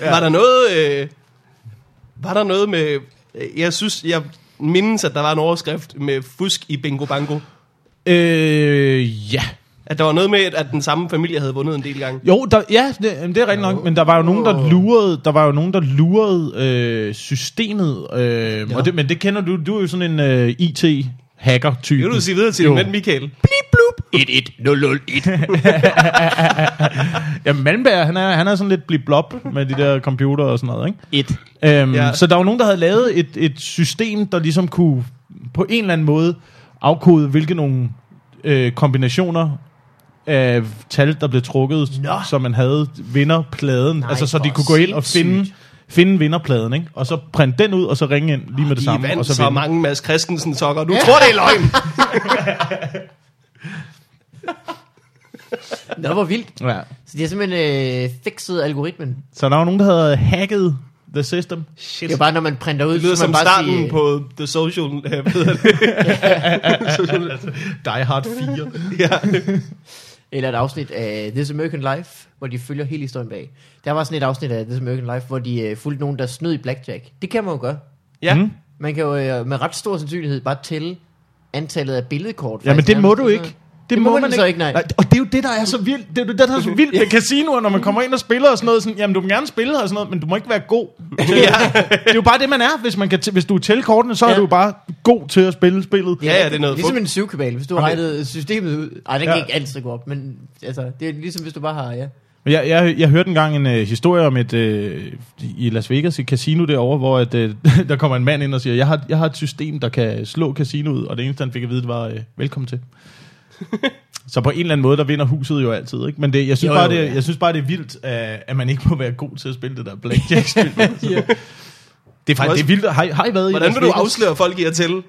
Ja. Var der noget... Øh, var der noget med... øh, Jeg synes, jeg mindes, at der var en overskrift med fusk i Bingo Bango. øh, ja. At der var noget med, at den samme familie havde vundet en del gange. Jo, der, ja, det, jamen, det er rigtigt nok, men der var jo nogen, der lurede, der var jo nogen, der lurede øh, systemet, øh, ja. og det, men det kender du, du er jo sådan en øh, IT-hacker-type. Det vil du sige videre til Jo. din ven Michael. Ja, Malmberg, han er, han er sådan lidt blip-blop med de der computer og sådan noget, ikke? Et. Øhm, Ja. ja. Så der var nogen, der havde lavet et, et system, der ligesom kunne på en eller anden måde afkode, hvilke nogle øh, kombinationer af tal, der blev trukket, Nå. så man havde vinderpladen. Nej, Nej, altså så de hvor kunne gå ind og finde, sindssygt. finde vinderpladen, ikke? og så printe den ud, og så ringe ind Ah, lige med det De samme. vandt og så, så så vinde. mange Mads Christensen-sokker. Du tror, det er løgn! Nå, hvor vildt. Ja. Så de har simpelthen øh, fikset algoritmen. Så der var nogen, der havde hacket the system. Det er bare, når man printer ud, Det lyder så man som bare starten sige, på The Social... øh, Hvad hedder det? Die Hard 4. Eller et afsnit af This American Life, hvor de følger hele historien bag. Der var sådan et afsnit af This American Life, hvor de øh, fulgte nogen, der snød i blackjack. Det kan man jo gøre. Ja. Mm. Man kan jo øh, med ret stor sandsynlighed bare tælle antallet af billedkort. Ja, men faktisk det må nærmest. du ikke. Det, Det må man så ikke, nej. Og det er jo det, der er så vildt. Det er jo det, der er så vildt med casinoer, når man kommer ind og spiller og sådan noget. Sådan, jamen, du må gerne spille og sådan noget, men du må ikke være god. til- Det er jo bare det, man er. Hvis, man kan t- hvis du er tælkortene, så ja. Ja. er du jo bare god til at spille spillet. Ja, ja, det er noget Ligesom fugt. en syvkabale, hvis du har regnet systemet ud. Ej, den kan Ja. ikke altid gå op, men altså, det er ligesom, hvis du bare har, ja. Jeg, jeg, jeg hørte engang en øh, historie om et, øh, i Las Vegas, et casino derovre, hvor at, øh, der kommer en mand ind og siger, jeg har, jeg har et system, der kan slå casinoet, og det eneste, han fik at vide, det var, øh, velkommen til. Så på en eller anden måde, der vinder huset jo altid, ikke? Men det, jeg, synes Jo, jo, bare, jo, det, ja. jeg synes bare, det er vildt, øh, at man ikke må være god til at spille det der blackjack-spil. ja. Det er faktisk det er vildt. Har, I- har I været i Hvordan Las vil du Vegas? afsløre folk i at tælle?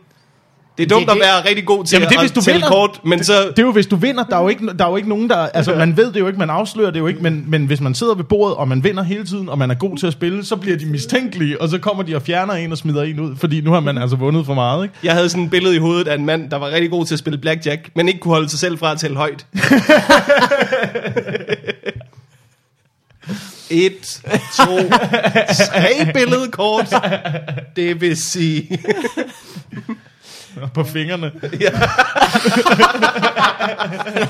Det er Det er dumt at det. være rigtig god til Jamen, det er, at hvis du tælle vinder. kort, men så... Det er jo, hvis du vinder. Der er jo ikke, der er jo ikke nogen, der... Altså, man ved det jo ikke, man afslører det jo ikke, men, men hvis man sidder ved bordet, og man vinder hele tiden, og man er god til at spille, så bliver de mistænkelige, og så kommer de og fjerner en og smider en ud, fordi nu har man altså vundet for meget, ikke? Jeg havde sådan et billede i hovedet af en mand, der var rigtig god til at spille blackjack, men ikke kunne holde sig selv fra at tælle højt. Et, to, tre billedkort. Det vil sige... På fingrene. Der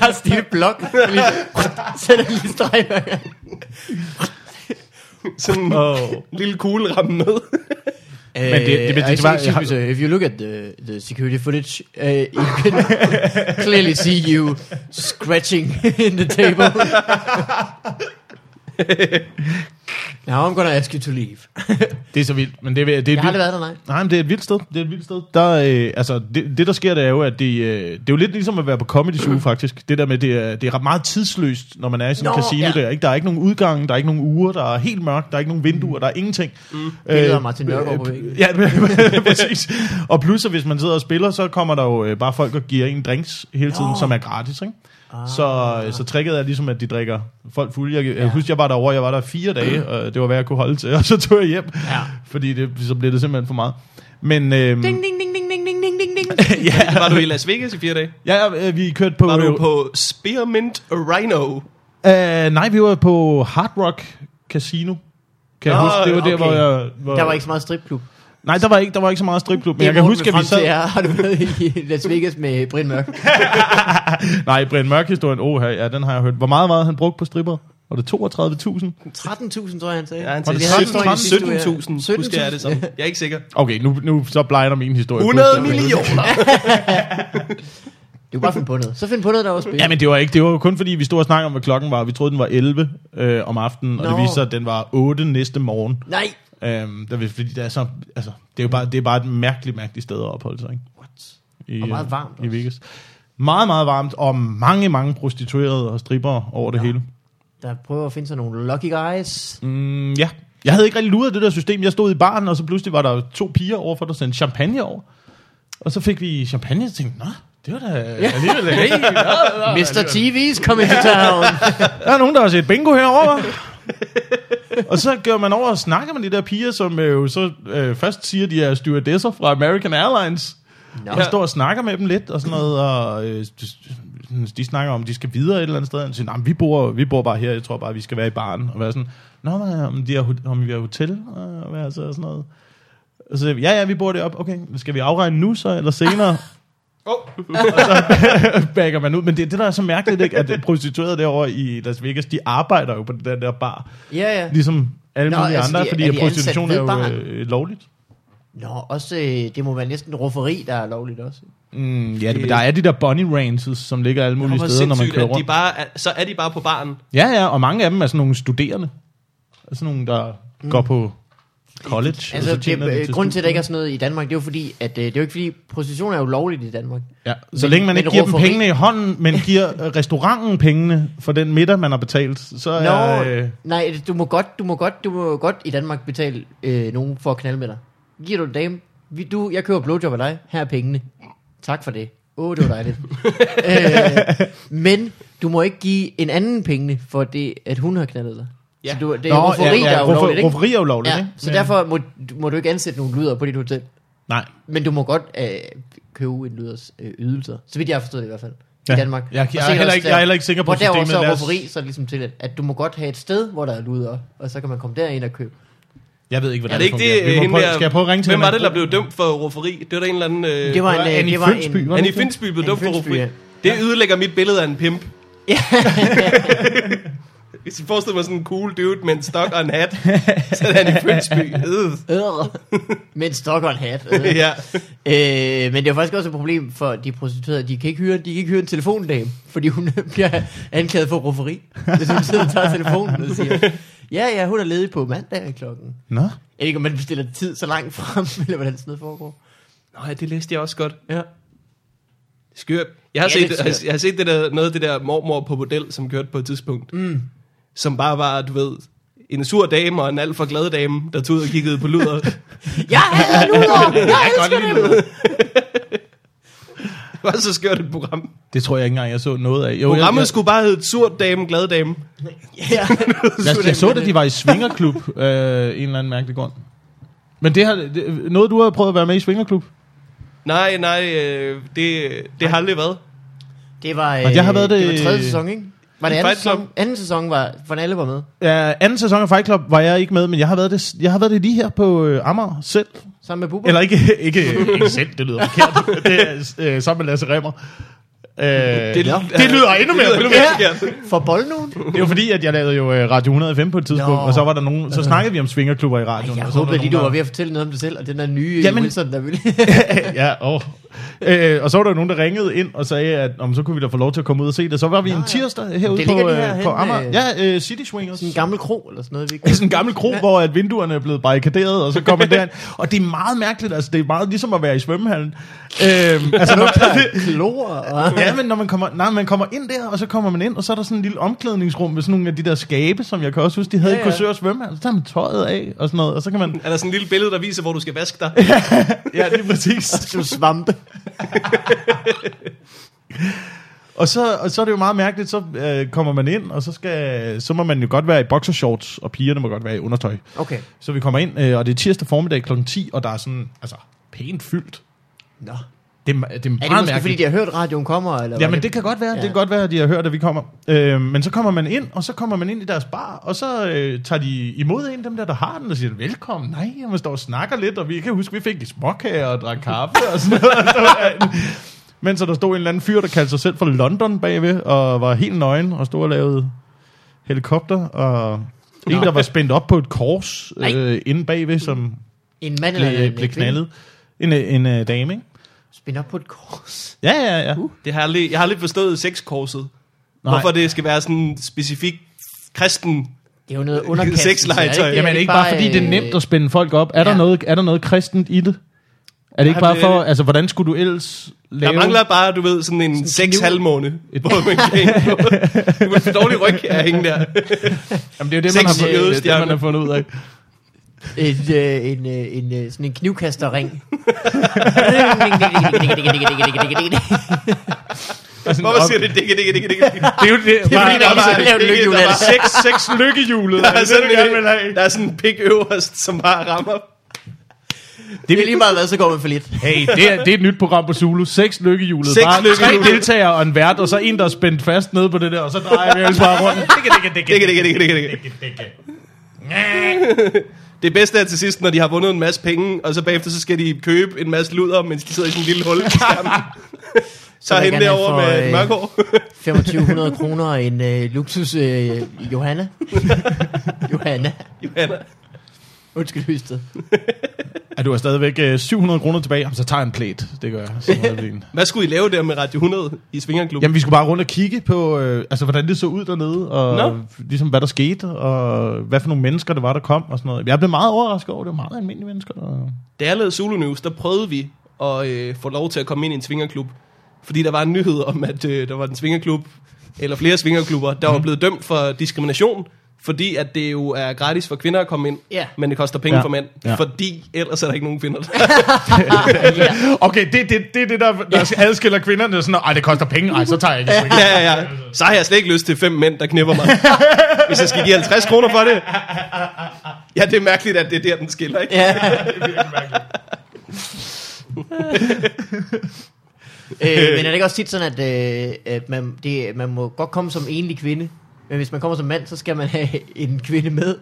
er Steve Blok, der lige sætter lige streg hver gang. Sådan en Oh. lille kugleramme med. Men det- det- det- det var- jeg har- øh, if you look at the, the security footage, uh, you can clearly see you scratching in the table. Now I'm gonna ask you to leave. Det er så vildt, men det, er- det er Jeg har aldrig været vildt. der, nej. Nej, men det er et vildt sted. Det er et vildt sted. Der, øh, altså, det, det, der sker, det er jo, at det, øh, det er jo lidt ligesom at være på Comedy Zoo, faktisk. Det der med, det er, det er ret meget tidsløst, når man er i sådan en Nå, casino ja. der. Ikke? Der er ikke nogen udgang, der er ikke nogen uger, der er helt mørkt, der er ikke nogen vinduer, der er ingenting. Mm. Billeder af Martin Nørgaard på væggen. Ja, præcis. Og plus, at hvis man sidder og spiller, så kommer der jo øh, bare folk og giver en drinks hele tiden, Nå. Ah. som er gratis, ikke? Så, så tricket er ligesom, at de drikker folk fulde. Jeg, jeg husker, jeg var derovre, jeg var der fire dage, og det var, hvad jeg kunne holde til, og så tog jeg hjem, Ja. fordi det, så blev det simpelthen for meget. Men øhm, Ding, ding, ding, ding, ding, ding, ding, ding, ding. Var du i Las Vegas i fire dage? ja, ja, øh, vi kørte på... Var du på Spearmint Rhino? Øh, nej, vi var på Hard Rock Casino. Kan jeg Nå, huske, det var der, okay. hvor jeg... Hvor, Der var ikke så meget stripklub. Nej, der var ikke, der var ikke så meget stripklub, men jeg kan Morten huske, vil at vi frem til sad... er, Har du været i Las Vegas med Brian Mørk? Nej, Brian Mørk-historien, oh, ja, den har jeg hørt. Hvor meget var han brugt på stripper? Var det 32.000? 13.000, tror jeg, han sagde. Ja, han Men sagde det har han stået i 17.000. sidste uge, ja. 17.000. Husker jeg det så? 17.000. Jeg er ikke sikker. Okay, nu, nu så blegner min historie. 100 fuldstændig. millioner. Du kan bare finde på noget. Så find på noget, der er også Ja, men det var ikke. Det var jo kun fordi, vi stod og snakkede om, hvad klokken var. Vi troede, den var 11 øh, om aftenen, og Nå. det viste sig, at den var 8 næste morgen. Nej! Øhm, der, vil- fordi det er, så, altså, det er jo bare, det er bare et mærkeligt, mærkeligt sted at opholde sig. Ikke? What? I, Og meget øh, varmt I også. Vegas. Meget, meget varmt, og mange, mange prostituerede og stripper over det ja. hele. Der prøver at finde sådan nogle lucky guys. Mm, ja. Jeg havde ikke rigtig luret det der system. Jeg stod i baren, og så pludselig var der to piger overfor, der sendte champagne over. Og så fik vi champagne, og jeg tænkte, nå, det var da alligevel hey, nå, nå, Mr. TV's coming to town. Der er nogen, der har set bingo herovre. hva'? og så gør man over og snakker med de der piger, som øh, jo så øh, først siger, de er stewardesser fra American Airlines. Nå. Jeg står og snakker med dem lidt og sådan noget, og øh, de- de snakker om, at de skal videre et eller andet sted. Og de siger, "Nå, men vi bor, vi bor bare her, jeg tror bare, vi skal være i baren. Og være sådan, Nå, men, øh, om, de har, ho- om vi har hotel og hvad så, og sådan noget. Og så, siger vi, ja, ja, vi bor deroppe. Okay, skal vi afregne nu så, eller senere? bagger man ud. Men det, det der er så mærkeligt, ikke, at prostituerede derovre i Las Vegas, de arbejder jo på den der bar. Ja, ja. Ligesom alle Nå, Nå, mulige altså, altså andre, de- fordi er er de prostitution er ansat ved jo baren? øh, lovligt. Nå, også, øh, det må være næsten rufferi, der er lovligt også. Mm, ja, det, men der er de der bunny ranches, som ligger alle mulige Hvor steder, når man sindssygt, kører at de rundt. bare er, så er de bare på baren. Ja, ja, og mange af dem er sådan nogle studerende. Altså nogle, der mm. går på college. og Altså, så tjener de det, øh, grunden til, at det der ikke er sådan noget i Danmark, det er jo fordi, at øh, det er jo ikke fordi, prostitution er jo lovligt i Danmark. Ja, så Men- længe man men ikke giver dem rufferi- pengene i hånden, men giver øh, restauranten pengene for den middag, man har betalt, så Nå, er... Øh, nej, du må godt, du må godt, du må godt i Danmark betale øh, nogen for at knalde med dig. Giver du en dame, vi, du, jeg køber blowjob af dig, her er pengene. Tak for det. Åh, oh, det var dejligt. øh, men du må ikke give en anden pengene for det, at hun har knaldet dig. Ja. Så du, det er Nå, rufferi, ja, ja. der er ruffer- ulovligt, ikke? Rufferi er ulovligt, ja, ikke? så derfor må, må du ikke ansætte nogen lyder på dit hotel. Nej. Men du må godt øh, købe en lyders øh, ydelser. Så vidt jeg har forstået det i hvert fald. Ja. I Ja. Danmark. Jeg- jeg Og sikkert er heller også ikke- der- jeg er heller ikke sikker på hvor derovre systemet, så er lad os- rufferi, så er det ligesom til, at, at du må godt have et sted, hvor der er luder, og så kan man komme derind og købe. Jeg ved ikke, hvordan Er det ikke det, fungerer. Vi må hende prøve, der- skal jeg prøve at ringe til Hvem var hende? det, der blev dømt for rufferi? Det var da en eller anden... Øh, Det var en, øh, Annie det var en, Fønsby, Annie var det ikke Finsby blev Annie dømt for Finsby, rufferi. ja. Det ødelægger mit billede af en pimp. Hvis I forestiller mig sådan en cool dude med en stok og en hat, så er han i Finsby. Øh. Øh, med en stok og en hat. Øh. Ja. øh, men det er faktisk også et problem for de prostituerede. De kan ikke hyre, de kan ikke hyre en telefondame, fordi hun bliver anklaget for rufferi. Hvis hun sidder og tager telefonen og siger, ja, ja, hun er ledig på mandag klokken. Nå. Jeg ved ikke, om man bestiller tid så langt frem, eller hvordan sådan noget foregår. Nå, ja, det læste jeg også godt. Ja. Skørt. Jeg har, Ja, set, det er skørt. jeg har set det der, noget af det der mormor på model, som kørte på et tidspunkt. Mm. Som bare var, du ved, en sur dame og en alt for glad dame, der tog ud og kiggede på luder. det Jeg hader luder! Jeg elsker dem! var så skørt et program. Det tror jeg ikke engang, jeg så noget af. Jo, jeg, Programmet jeg, skulle bare hedde Surt Dame, Glad Dame. Ja. jeg, jeg, jeg så, at de var i Svingerklub, øh, en eller anden mærkelig grund. Men det har, det, noget, du har prøvet at være med i Svingerklub? Nej, nej, øh, det, det har aldrig været. Det var, øh, Og jeg har været det det- var tredje sæson, ikke? Var det I anden Fight Club? sæson? Anden sæson var, for alle var med. Ja, anden sæson af Fight Club var jeg ikke med, men jeg har været det, jeg har været det lige her på øh, Amager selv. Sammen med Bubber. Eller ikke, ikke, ikke selv, det lyder forkert. Det er, øh, sammen med Lasse Remmer. Øh, det, ja. det lyder endnu mere Det forkert. lyder ja. forkert. For boldnogen? Det er jo fordi, at jeg lavede jo øh, Radio 105 på et tidspunkt, Nå. og så var der nogen, så snakkede vi om svingerklubber i radioen. Jeg og så var der håber lige, nogen, du der- var ved at fortælle noget om dig selv, og den der nye Jamen. Jamen- Wilson, der ville... ja, og, øh, og så var der jo nogen, der ringede ind og sagde, at om så kunne vi da få lov til at komme ud og se det. Så var vi en tirsdag herude Det ligger på, lige herhen, øh, på Amager. øh, Ja, øh, City Swingers. Sådan en gammel kro eller sådan noget. Vi ikke... Det er sådan en gammel kro, ja. hvor at vinduerne er blevet barrikaderet, og så kommer man derind. Og det er meget mærkeligt, altså det er meget ligesom at være i svømmehallen. Øhm, altså, når, Klor og... ja, men når man kommer, nej, man kommer ind der, og så kommer man ind, og så er der sådan en lille omklædningsrum med sådan nogle af de der skabe, som jeg kan også huske, de havde Ja, ja, ja. i ja. Korsør Svømmehal. Så tager man tøjet af og sådan noget, og så kan man... Er der sådan et lille billede, der viser, hvor du skal vaske dig? Ja, lige præcis. Sådan svampe. Og så, og så er det jo meget mærkeligt, så øh, kommer man ind, og så, skal, så må man jo godt være i boxershorts, og pigerne må godt være i undertøj. Okay. Så vi kommer ind, øh, og det er tirsdag formiddag kl. 10, og der er sådan, altså, pænt fyldt. Nå. Det, er, ma- det er meget Er det måske, mærkeligt. fordi de har hørt, radioen kommer? Eller Jamen, det kan godt være. Ja. Ja. Det kan godt være, at de har hørt, at vi kommer. Øh, men så kommer man ind, og så kommer man ind i deres bar, og så øh, tager de imod en af dem der, der har den, og siger, velkommen. Nej, og man står og snakker lidt, og vi kan huske, vi fik en småkager og drak kaffe og sådan noget. Så, øh, Men så der stod en eller anden fyr, der kaldte sig selv for London bagved, og var helt nøgen, og stod og lavede helikopter, og en, der var spændt op på et kors Nej. øh, inde bagved, som En mand eller blev, en blev kvinde? knaldet. En, øh, en øh, dame, ikke? Spin op på et kors. Ja, ja, ja. Uh. Det har jeg, aldrig, jeg har aldrig forstået sexkorset. Nej. Hvorfor det skal være sådan specifik kristen. Det er jo noget underkastelse. Sexlegetøj. er det ikke? Jamen, Er Jamen det ikke bare, fordi det er øh, nemt at spænde folk op. Er, ja. ja. der, noget, er der noget kristent i det? Er det ikke Nej, bare for, det- altså hvordan skulle du ellers lave... Der mangler bare, du ved, sådan en seks halvmåne, hvor man kan hænge på. Du er for dårlig ryg af at hænge der. Jamen, det er jo det, Seks man har, fundet, det, er det, jødestjerner. man har fundet ud af. Et, øh, en, øh, en, øh, sådan en knivkasterring. Hvorfor siger det dikke, dikke, dikke, dikke? Altså, Det er jo det, er fordi, bare, der er sådan lavet lykkehjul af det. seks, seks lykkehjulet. Der er sådan have. en, der er sådan en pik øverst, som bare rammer. Det er lige meget hvad, så går man for lidt. Hey, det er, det er et nyt program på Zulu. Seks lykkehjulet. Seks bare lykkehjulet. tre deltagere og en vært, og så en, der er spændt fast nede på det der, og så drejer vi ellers bare rundt. Dikke, dikke, dikke, dikke, dikke. Det bedste er til sidst, når de har vundet en masse penge, og så bagefter så skal de købe en masse luder, mens de sidder i sådan en lille hul i skærmen. Så er man hende gerne derovre får, med øh, øh... mørkhår. 2500 kroner og en øh, luksus øh, Johanna. Johanna. Johanna. Undskyld, Hysted. Ja, du har stadigvæk øh, 700 kroner tilbage. Jamen, så tager jeg en plæt. Det gør jeg. Så meget fint. Hvad skulle I lave der med Radio 100 i Svingerklubben? Jamen, vi skulle bare rundt og kigge på, øh, altså, hvordan det så ud dernede, og Nå. ligesom, ligesom, hvad der skete, og hvad for nogle mennesker, der var, der kom, og sådan noget. Jeg blev meget overrasket over, det var meget almindelige mennesker. Og... Da jeg lavede Zulu News, der prøvede vi at øh, få lov til at komme ind i en svingerklub. Fordi der var en nyhed om, at øh, der var en svingerklub, eller flere svingerklubber, der var blevet dømt for diskrimination. Fordi at det jo er gratis for kvinder at komme ind, Ja. men det koster penge Ja. for mænd. Ja. Fordi ellers er der ikke nogen kvinder. der- Ja. Okay, det er det, det, er det, der, der adskiller kvinderne. Sådan, Ej, det koster penge. Ej, så tager jeg ikke. ja, ja, ja. Så har jeg slet ikke lyst til fem mænd, der knipper mig. Hvis jeg skal give 50 kroner for det. Ja, det er mærkeligt, at det er der, den skiller, ikke? Ja. øh, men er det ikke også tit sådan, at, øh, at man, det, man må godt komme som enlig kvinde, men hvis man kommer som mand, så skal man have en kvinde med.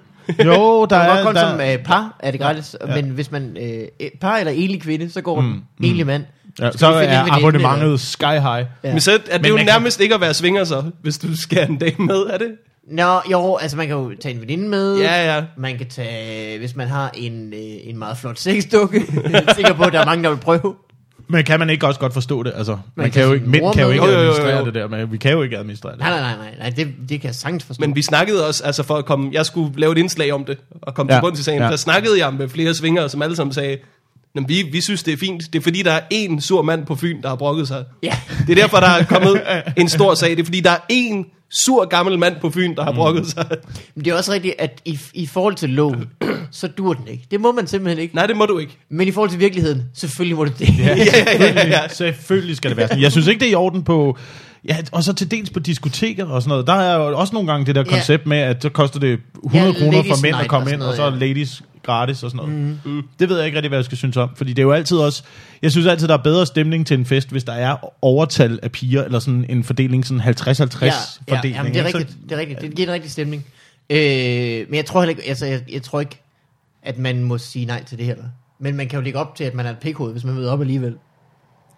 Jo, der Man må godt er... komme Der, som øh, par, er det gratis, ja. Ja. men hvis man øh, eh, par eller enlig kvinde, så går mm, enlig mand. ja, Skal så vi finde en er veninde, abonnementet sky high. Ja. Men så er det Men jo man kan- nærmest ikke at være svinger så, hvis du skal have en dame med, er det? Nå, jo, altså man kan jo tage en veninde Mm. med. Ja, ja. Man kan tage, hvis man har en, øh, en meget flot sexdukke. jeg er sikker på, at der er mange, der vil prøve. Men kan man ikke også godt forstå det? Altså, man, Man man kan kan jo sige ikke, mænd mor kan jo med. ikke Jo, jo, jo, jo. administrere det der. Men vi kan jo ikke administrere det. Nej, nej, nej, nej, nej det, det kan jeg sagtens forstå. Men vi snakkede også, altså for at komme, jeg skulle lave et indslag om det, og komme ja, Ja, til bunds i sagen, ja. ja. der snakkede jeg med flere svingere, som alle sammen sagde, "Jamen, vi, vi synes, det er fint. Det er fordi, der er én sur mand på Fyn, der har brokket sig. Ja. Det er derfor, der er kommet en stor sag. Det er fordi, der er én sur gammel mand på Fyn, der har brokket sig. Mm. Men det er også rigtigt, at i, i forhold til loven, så dur den ikke. Det må man simpelthen ikke. Nej, det må du ikke. Men i forhold til virkeligheden, selvfølgelig må du det. Ja. Ja, ja, ja, ja, ja. Selvfølgelig, Øh, selvfølgelig skal det være sådan. Jeg synes ikke, det er i orden på... Ja, og så til dels på diskoteker og sådan noget. Der er jo også nogle gange det der Ja. koncept med, at så koster det 100 Ja, ja, kroner ladies for mænd night at komme og sådan ind, og noget, så er ja. Mhm. ladies gratis og sådan noget. Mm. Det ved jeg ikke rigtig, hvad jeg skal synes om. Fordi det er jo altid også... Jeg synes altid, der er bedre stemning til en fest, hvis der er overtal af piger, eller sådan en fordeling, sådan 50-50 Ja, ja, fordeling. jamen, det er ikke? Så- rigtigt. Det er rigtigt. Det giver en rigtig stemning. Øh, men jeg tror heller ikke, altså, jeg, jeg tror ikke, at man må sige nej til det heller. Men man kan jo lægge op til, at man er et pikhoved, hvis man møder op alligevel.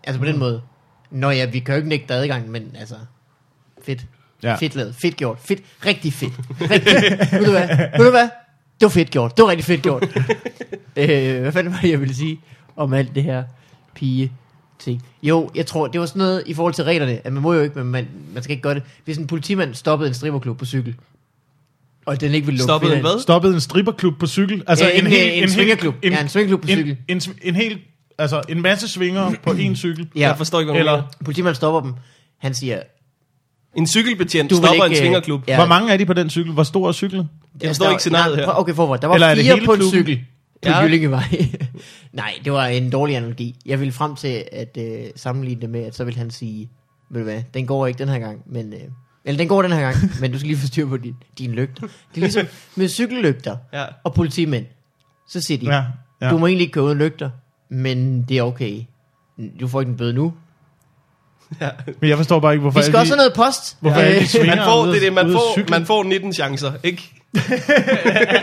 Altså på Mm. den måde. Nå ja, vi kan jo ikke nægte adgang, men altså, fedt. Ja. Ja. Fedt lavet. Fedt gjort. Fedt. Rigtig fedt. Rigtig. Ved du hvad? Ved du hvad? Det var fedt gjort. Det var rigtig fedt gjort. øh, hvad fanden var det, jeg ville sige om alt det her pige ting? Jo, jeg tror, det var sådan noget i forhold til reglerne, at man må jo ikke, men man, man skal ikke gøre det. Hvis en politimand stoppede en stripperklub på cykel, og den ikke ville lukke Stoppede en kvinder ind- hvad? Stoppet en stripperklub på cykel. Altså Ja, en- hel- en hel- swingerklub. Ja, en swingerklub på en, cykel. En, en, en hel... Altså en masse svinger på Mm. en cykel. Ja, Jeg forstår ikke, hvad du Eller mener. politimanden stopper dem. Han siger, En cykelbetjent Du vil stopper ikke, en øh, svingerklub. ja. Ja. Hvor mange er de på den cykel? Hvor stor er cyklen? Jeg forstår Der- ikke scenariet nej, her. Okay, forvor. Der var Eller er det fire hele på en klubben? cykel på ja. Ja. Jyllingevej. Nej, det var en dårlig analogi. Jeg ville frem til at øh, sammenligne det med, at så vil han sige, ved du hvad, den går ikke den her gang, men... Øh, eller den går den her gang, men du skal lige få styr på din, din lygter. Det er ligesom med cykellygter Ja. og politimænd. Så siger de, Ja, ja. du må egentlig ikke køre uden lygter, men det er okay. Du får ikke en bøde nu. Men jeg forstår bare ikke, hvorfor... Vi skal alle også have noget post. Hvorfor Øh, er de svinger Man får, ude- det, er det, man, ude at får, cykle? man får 19 chancer, ikke? Det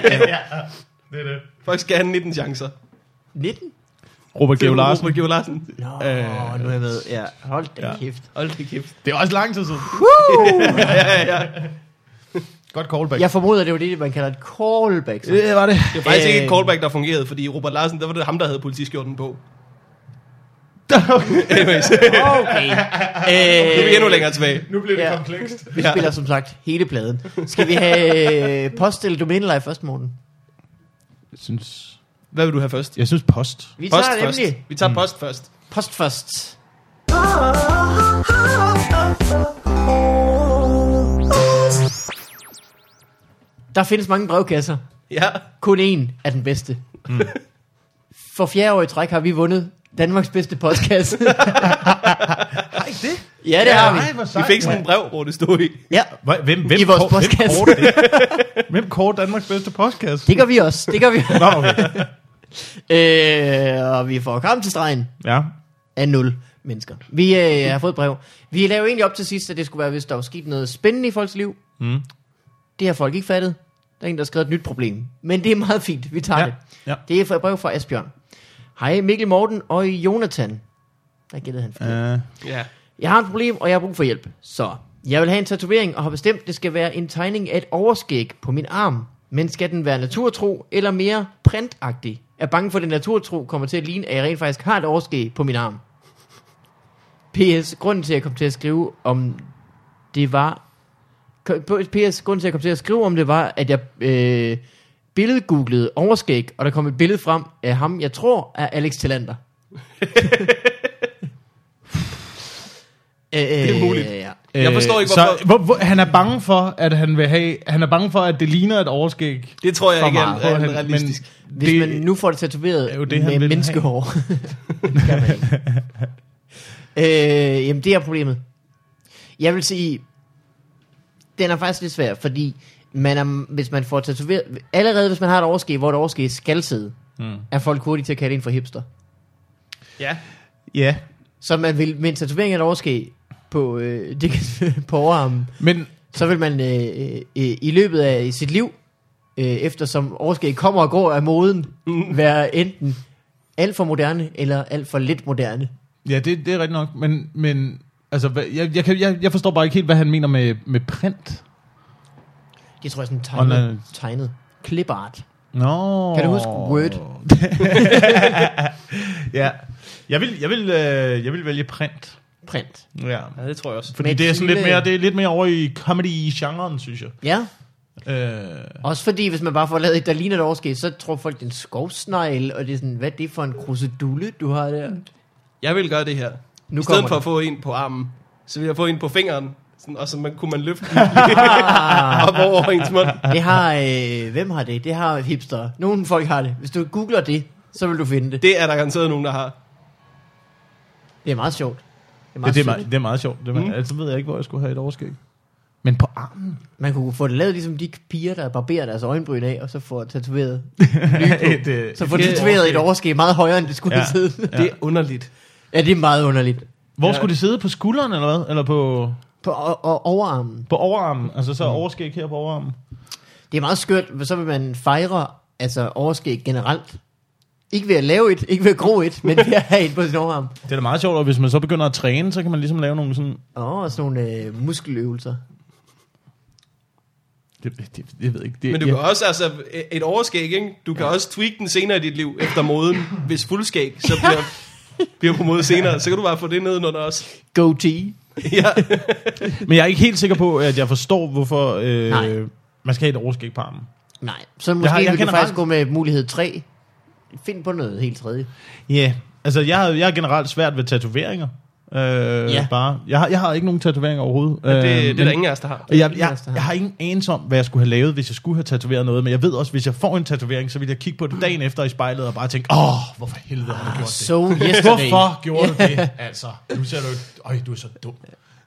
er det. Folk skal have 19 chancer. 19? Robert Geo Larsen. Robert Geo Larsen. Nå, nu er jeg med. Ja, hold da ja. kæft. Hold da kæft. Det er også lang tid siden. Ja, ja, ja. Godt callback. Jeg formoder, det var det, man kalder et callback. Så. Det var det. Det var faktisk ikke et Øh. callback, der fungerede, fordi Robert Larsen, der var det ham, der havde politiskjorten på. Anyways, Okay. nu er vi Øh, endnu længere tilbage. Nu bliver det Ja. komplekst. vi spiller som sagt hele pladen. Skal vi have øh, post eller domæneleje først, morgen? Jeg synes, Hvad vil du have først? jeg synes post. Vi Post tager først. nemlig Vi Mm. tager post først. post først. Ah, Oh, Der findes mange brevkasser. Ja. Kun én er den bedste. Mm. For fjerde år i træk har vi vundet Danmarks bedste postkasse. Nej, det. ja, det har vi. Nej, hvor Vi sejt. fik sådan en brev, hvor det stod i. Ja, Hva- Hvem, hvem, I vores kår- hvem postkasse. kårer det? Hvem kårer Danmarks bedste postkasse? det gør vi også. Det gør vi. Nå, okay. øh, og vi får kamp til stregen. Ja. af 0 mennesker. Vi øh, har fået brev. Vi lavede egentlig op til sidst, at det skulle være, hvis der var sket noget spændende i folks liv. Mm. Det har folk ikke fattet. Der er en, der har skrevet et nyt problem. Men det er meget fint. Vi tager Ja, det. ja. Det er fra et brev fra Asbjørn. Hej Mikkel Morten og Jonathan. Der gættede han for. Uh, Ja. Jeg har et problem, og jeg har brug for hjælp. Så, jeg vil have en tatovering, og har bestemt, det skal være en tegning af et overskæg på min arm. Men skal den være naturtro, eller mere printagtig? Jeg er bange for, at det naturtro kommer til at ligne, at jeg rent faktisk har et overskæg på min arm. P.S. Grunden til, at jeg kom til at skrive om det var... P.S. Grunden til, at jeg kom til at skrive om det var, at jeg øh, billedgooglede overskæg, og der kom et billede frem af ham, jeg tror, er Alex Øh, Tillander. det er muligt. Ja. Jeg forstår ikke, hvorfor- Øh, Så, hvor, hvor, han er bange for, at han vil have... Han er bange for, at det ligner et overskæg. Det tror jeg for ikke er- meget. er Men- realistisk. Men Hvis det, man nu får det tatoveret er det jo det, det, han med vil have. menneskehår. Det kan man ikke. øh, jamen, det er problemet. Jeg vil sige, den er faktisk lidt svær, fordi man er, hvis man får tatoveret... Allerede hvis man har et overskæg, hvor et overskæg skal sidde, mm. er folk hurtige til at kalde en for hipster. Ja. Ja. Så man vil, med en tatovering af et overskæg på, øh, det kan, på overarmen, Men så vil man øh, øh, i løbet af sit liv, øh, eftersom overskæg kommer og går af moden, mm. være enten alt for moderne eller alt for lidt moderne. Ja, det, det er rigtigt nok, men, men altså, hvad- jeg, jeg, kan, jeg, jeg forstår bare ikke helt, hvad han mener med, med print. Det tror jeg er sådan Og tegnet, når- tegnet. klipart. Nå. Kan du huske Word? ja. Jeg vil, jeg, vil, øh, jeg vil vælge print. print. Ja. ja, det tror jeg også. Fordi Med det er, sådan lidt lille- mere, det er lidt mere over i comedy-genren, synes jeg. Ja, Øh, også fordi hvis man bare får lavet et, der ligner et overskæg, så tror folk, det er en skovsnegl, og det er sådan, hvad er det for en krusedulle, du har der? Jeg vil gøre det her. Nu Nu I stedet kommer for det. at få en på armen, så vil jeg få en på fingeren. Sådan, og så man, kunne man løfte den op over ens mund. Det har, øh, hvem har det? Det har hipster. Nogle folk har det. Hvis du googler det, så vil du finde det. Det er der garanteret nogen, der har. Det er meget sjovt. Det er meget det, det, er, sødt, meget- det er meget sjovt. Det er, Altså, mm. Altså ved jeg ikke, hvor jeg skulle have et overskæg. Men på armen? Man kunne få det lavet ligesom de piger, der barberer deres øjenbryn af, og så får tatoveret. et, øh, Så får det tatoveret et overskæg meget højere, end det skulle Ja. ja. sidde. Ja. Det er underligt. Ja, det er meget underligt. Hvor Ja. skulle det sidde? På skulderen eller hvad? Eller på, På og, og overarmen. på overarmen? Altså så mm. overskæg her på overarmen? Det er meget skørt, for så vil man fejre altså overskæg generelt. Ikke ved at lave et, ikke ved at gro et, men ved at have et på sin overarm. Det er da meget sjovt, og hvis man så begynder at træne, så kan man ligesom lave nogle sådan Og sådan nogle øh, muskeløvelser. Det, det, det, det ved jeg ikke. Det, Men du jeg, kan også, altså, et overskæg, ikke? Du kan også tweak den senere i dit liv, efter moden. Hvis fuldskæg, så bliver, bliver på mode senere. Så kan du bare få det ned under os. Goatee. Ja. men jeg er ikke helt sikker på, at jeg forstår, hvorfor Nej. øh, man skal have et overskæg på armen. Nej, så måske har- jeg, jeg jeg vil du kender faktisk mange- gå med mulighed 3. Find på noget helt tredje. Ja, yeah. altså jeg, har- jeg er generelt svært ved tatoveringer. Øh, Ja. yeah. bare. Jeg, har, jeg har ikke nogen tatoveringer overhovedet. Det, Øh, det er men- der ingen af os, der har. jeg, jeg, ingen af jeg, os, der har. jeg har ingen anelse om, hvad jeg skulle have lavet, hvis jeg skulle have tatoveret noget. Men jeg ved også, hvis jeg får en tatovering, så vil jeg kigge på det dagen efter i spejlet og bare tænke, åh, hvorfor helvede har du gjort det? So yesterday. Hvorfor gjorde du det? Altså, nu ser du et- Øj, du er så dum.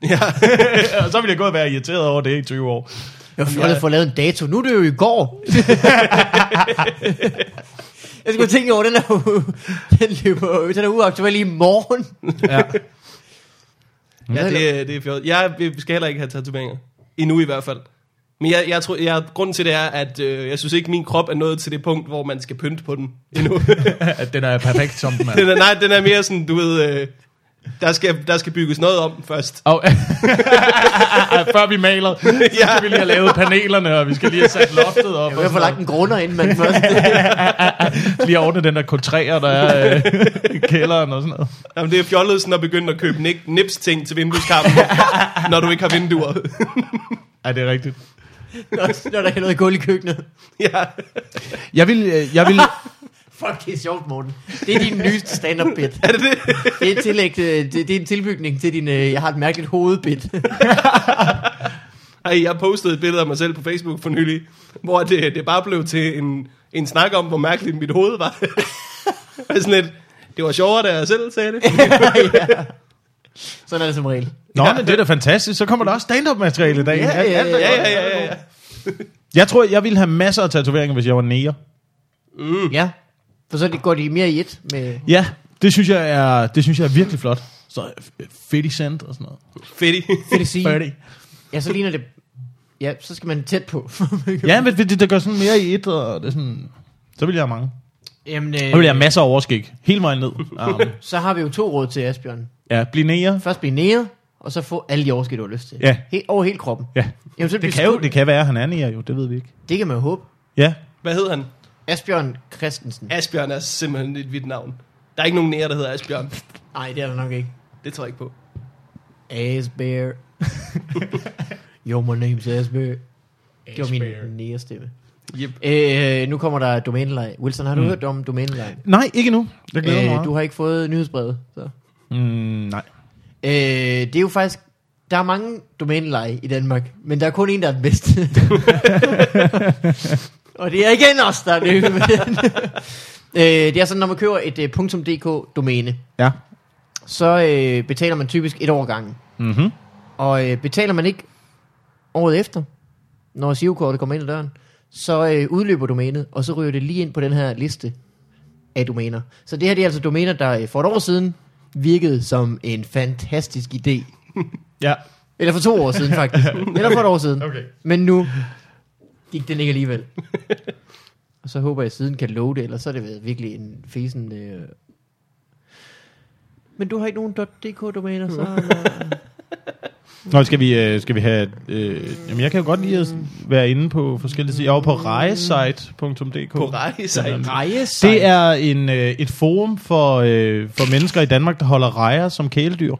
Ja. og så vil jeg gå og være irriteret over det i 20 år. Jeg har aldrig fået lavet en dato. Nu er det jo i går. jeg skulle tænke over, den er jo, den løber, jo- den er uaktuel i morgen. Ja. Ja, det, er- det er fjollet. Jeg vi skal heller ikke have tatoveringer. Endnu i hvert fald. Men jeg, jeg tror, jeg, grunden til det er, at øh, jeg synes ikke, min krop er nået til det punkt, hvor man skal pynte på den endnu. At den er perfekt, som den er. den er, nej, den er mere sådan, du ved, øh, Der skal, der skal bygges noget om først. Og, før vi maler, så skal vi lige have lavet panelerne, og vi skal lige have sat loftet op. Jeg vil få lagt en grunder, inden man først... lige ordne den der kontræer, der er øh, i kælderen og sådan noget. Jamen, det er fjollet sådan at begynde at købe nip, nips-ting til vindueskampen, når du ikke har vinduer. Ja, det er rigtigt. når, når der er noget gulv i køkkenet. ja. Jeg vil, øh, jeg vil, Fuck, det er sjovt, Morten. Det er din nyeste stand-up bit. Er det det? Det er, et tillæg, øh, det, det er en tilbygning til din, øh, jeg har et mærkeligt hovedbit. Ej, jeg postede et billede af mig selv på Facebook for nylig, hvor det, det bare blev til en, en snak om, hvor mærkeligt mit hoved var. Og sådan lidt, det var sjovere, da jeg selv sagde det. ja. Sådan er det som regel. Nå, ja. men det er da fantastisk. Så kommer der også stand-up materiale i dag. Ja, Alt- alt er ja, Ja, godt. ja, ja, ja. Jeg tror, jeg ville have masser af tatoveringer, hvis jeg var næger. Ja, for så går de mere i et med... Ja, det synes jeg er, det synes jeg er virkelig flot. Så øh, fedt i sand og sådan noget. Fedt. Fedt at sige. Fetty. Ja, så ligner det... Ja, så skal man tæt på. Ja, men det, det gør sådan mere i et, og det er sådan... Så vil jeg have mange. Jamen, Så vil jeg øh, have masser af overskæg. Hele vejen ned. Armen. så har vi jo to råd til Asbjørn. Ja, bliv næger. Først blive næret, og så få alle de overskidt, du har lyst til. Ja. He- over hele kroppen. Ja. Jamen, så Det kan, jo, det det. kan være, han er næger jo, det ved vi ikke. det kan man jo håbe. Ja, Hvad hed han? Asbjørn Christensen. Asbjørn er simpelthen et vidt navn. Der er ikke nogen nære, der hedder Asbjørn. Nej, det er der nok ikke. Det tror jeg ikke på. Asbjørn. jo, my name's Asbjørn. Det var min nærestemme. Yep. Øh, nu kommer der domænelej. Wilson, har du mm. hørt om domænelej? Nej, ikke nu. Jeg glæder øh, mig. Øh, Du... du har ikke fået nyhedsbrevet. Så. Mm, nej. Øh, det er jo faktisk... Der er mange domæneleje i Danmark, men der er kun en, der er den bedste. og det er igen os, der er løbet med den. øh, det er sådan, når man køber et uh, .dk-domæne, Ja. så øh, betaler man typisk et år ad gangen. Mm-hmm. Og øh, betaler man ikke året efter, når SIO-kortet kommer ind ad døren, så øh, udløber domænet, og så ryger det lige ind på den her liste af domæner. Så det her det er altså domæner, der øh, for et år siden virkede som en fantastisk idé. Ja. Eller for to år siden faktisk. Eller for et år siden. Okay. Men nu gik den ikke alligevel. Og så håber jeg, at siden kan love det, ellers så er det været virkelig en fesen... Øh... Men du har ikke nogen .dk-domæner, så... Eller... Nå, skal vi, øh, skal vi have... Øh, jamen, jeg kan jo godt lide at være inde på forskellige sider. Jeg er jo på rejsite.dk. På rejse. Rejes. Det er en, øh, et forum for, øh, for mennesker i Danmark, der holder rejer som kæledyr.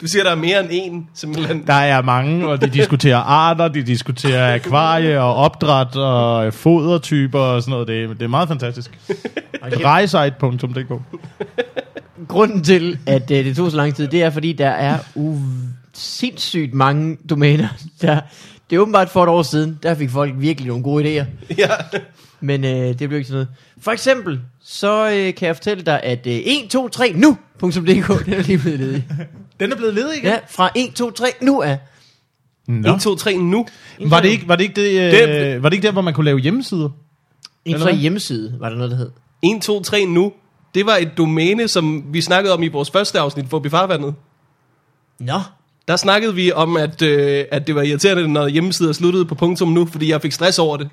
Du siger, der er mere end en, simpelthen. Der er mange, og de diskuterer arter, de diskuterer akvarie og opdræt og øh, fodertyper og sådan noget. Det, er- det er meget fantastisk. Rejsite.dk Grunden til, at øh, det tog så lang tid, det er, fordi der er u- sindssygt mange domæner. Der, det er åbenbart for et år siden, der fik folk virkelig nogle gode idéer. Ja. Men øh, det blev ikke til noget. For eksempel, så øh, kan jeg fortælle dig, at øh, 1, 2, 3, nu! .dk, den er lige blevet ledig. Den er blevet ledig igen? Ja, fra 1, 2, 3, nu er. Nå. 1, 2, 3 nu. Var det ikke, var det ikke, det, øh, det, var det ikke der, hvor man kunne lave hjemmesider? En Eller fra hvad? hjemmeside, var der noget, der hed. 1, 2, 3 nu. Det var et domæne, som vi snakkede om i vores første afsnit for Bifarvandet. Nå, Der snakkede vi om, at, øh, at det var irriterende, når hjemmesider sluttede på punktum nu, fordi jeg fik stress over det.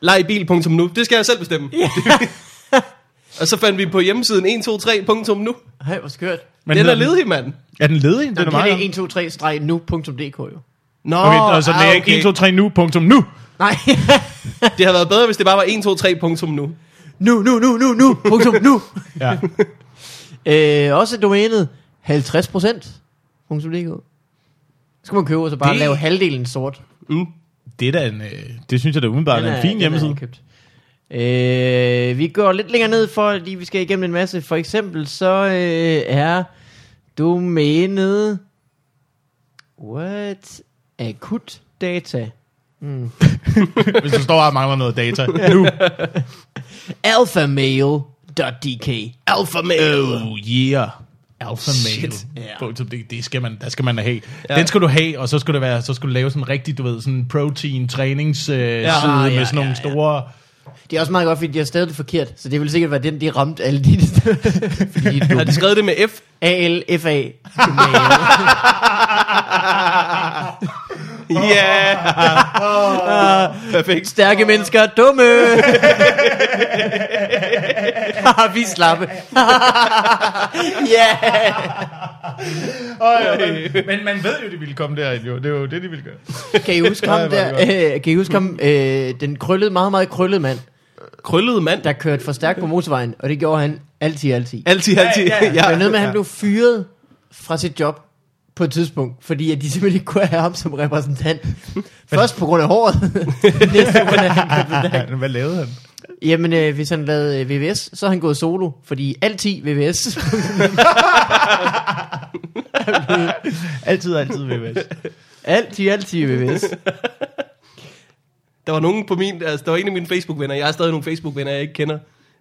Lejebil punktum nu. Det skal jeg selv bestemme. Og så fandt vi på hjemmesiden 123 punktum nu. hej, hvor skørt. Men Den er hedder den- ledig, mand. Er den ledig? Den Nå, er det er meget. 1, 2, 3, streg nu.dk jo. Nå, ah, Okay, oh, altså, det er ikke 1, 2, 3 nu, punktum nu. Nej, Det havde været bedre, hvis det bare var 123 punktum nu. nu, nu, nu, nu, nu, punktum, nu. Ja. Øh, også domænet 50 procent. .dk. Så kan man købe, og så bare Det- det... lave halvdelen sort. Mm. Det, er da en, øh, det synes jeg da udenbart er en fin hjemmeside. købt. Øh, vi går lidt længere ned, for lige vi skal igennem en masse. For eksempel så øh, er domænet... What? Akut data. Hvis du står og mangler noget data. Nu. Alphamail.dk Alpha male. Oh yeah. Alpha mail. Shit. Ja. Punktum, Det, det skal man, der skal man da have. Den skal du have, og så skal du, være, så skal du lave sådan en rigtig, du ved, sådan en protein træningsside øh, ja, ja, ja, med ja, sådan nogle ja. store... Det er også meget godt, fordi de har stadig det forkert, så det vil sikkert være den, de ramte alle de Fordi de er Har de skrevet det med F? A-L-F-A. Ja! Perfekt. Stærke mennesker er dumme. Haha, vi er slappe. ja. Men man ved jo, de ville komme derind, jo. Det er jo det, de ville gøre. Kan I huske ham hvor er der? det Øh, kan I huske ham? Øh, den krøllede, meget, meget krøllede mand, Krøllet mand. der kørte for stærkt på motorvejen. Og det gjorde han altid, altid. Altid, altid. Ja, ja, Det var noget med, at han blev fyret fra sit job på et tidspunkt, fordi at de simpelthen ikke kunne have ham som repræsentant. Først på grund af håret. Næste på grund af, at han kørte for stærkt. Men hvad lavede han? Jamen, øh, hvis han lavede øh, VVS, så er han gået solo, fordi altid VVS. Altid, altid VVS. altid, altid VVS. Der var nogen på min, altså der var en af mine Facebook-venner, jeg har stadig nogle Facebook-venner, jeg ikke kender.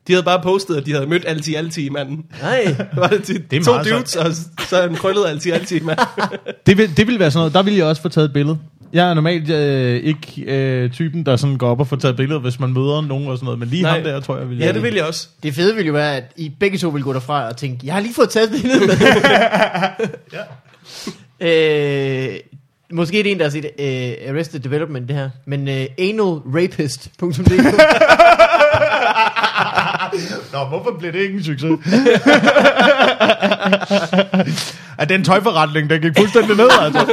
De havde bare postet, at de havde mødt altid, altid manden. Nej. Det var det, de, Det er to meget dudes, og s- så en krøllet altid, altid mand. Det vil, det vil være sådan noget. Der vil jeg også få taget et billede. Jeg er normalt øh, ikke øh, typen, der sådan går op og får taget billeder, hvis man møder nogen og sådan noget. Men lige Nej. Nej. ham der, tror jeg, vil Ja, det ville jeg også. Det fede ville jo være, at I begge to ville gå derfra og tænke, jeg har lige fået taget billedet med. ja. øh, måske er det en, der har set øh, Arrested Development, det her. Men øh, analrapist.dk Nå, hvorfor blev det ikke en succes? At den tøjforretning, der gik fuldstændig ned, altså.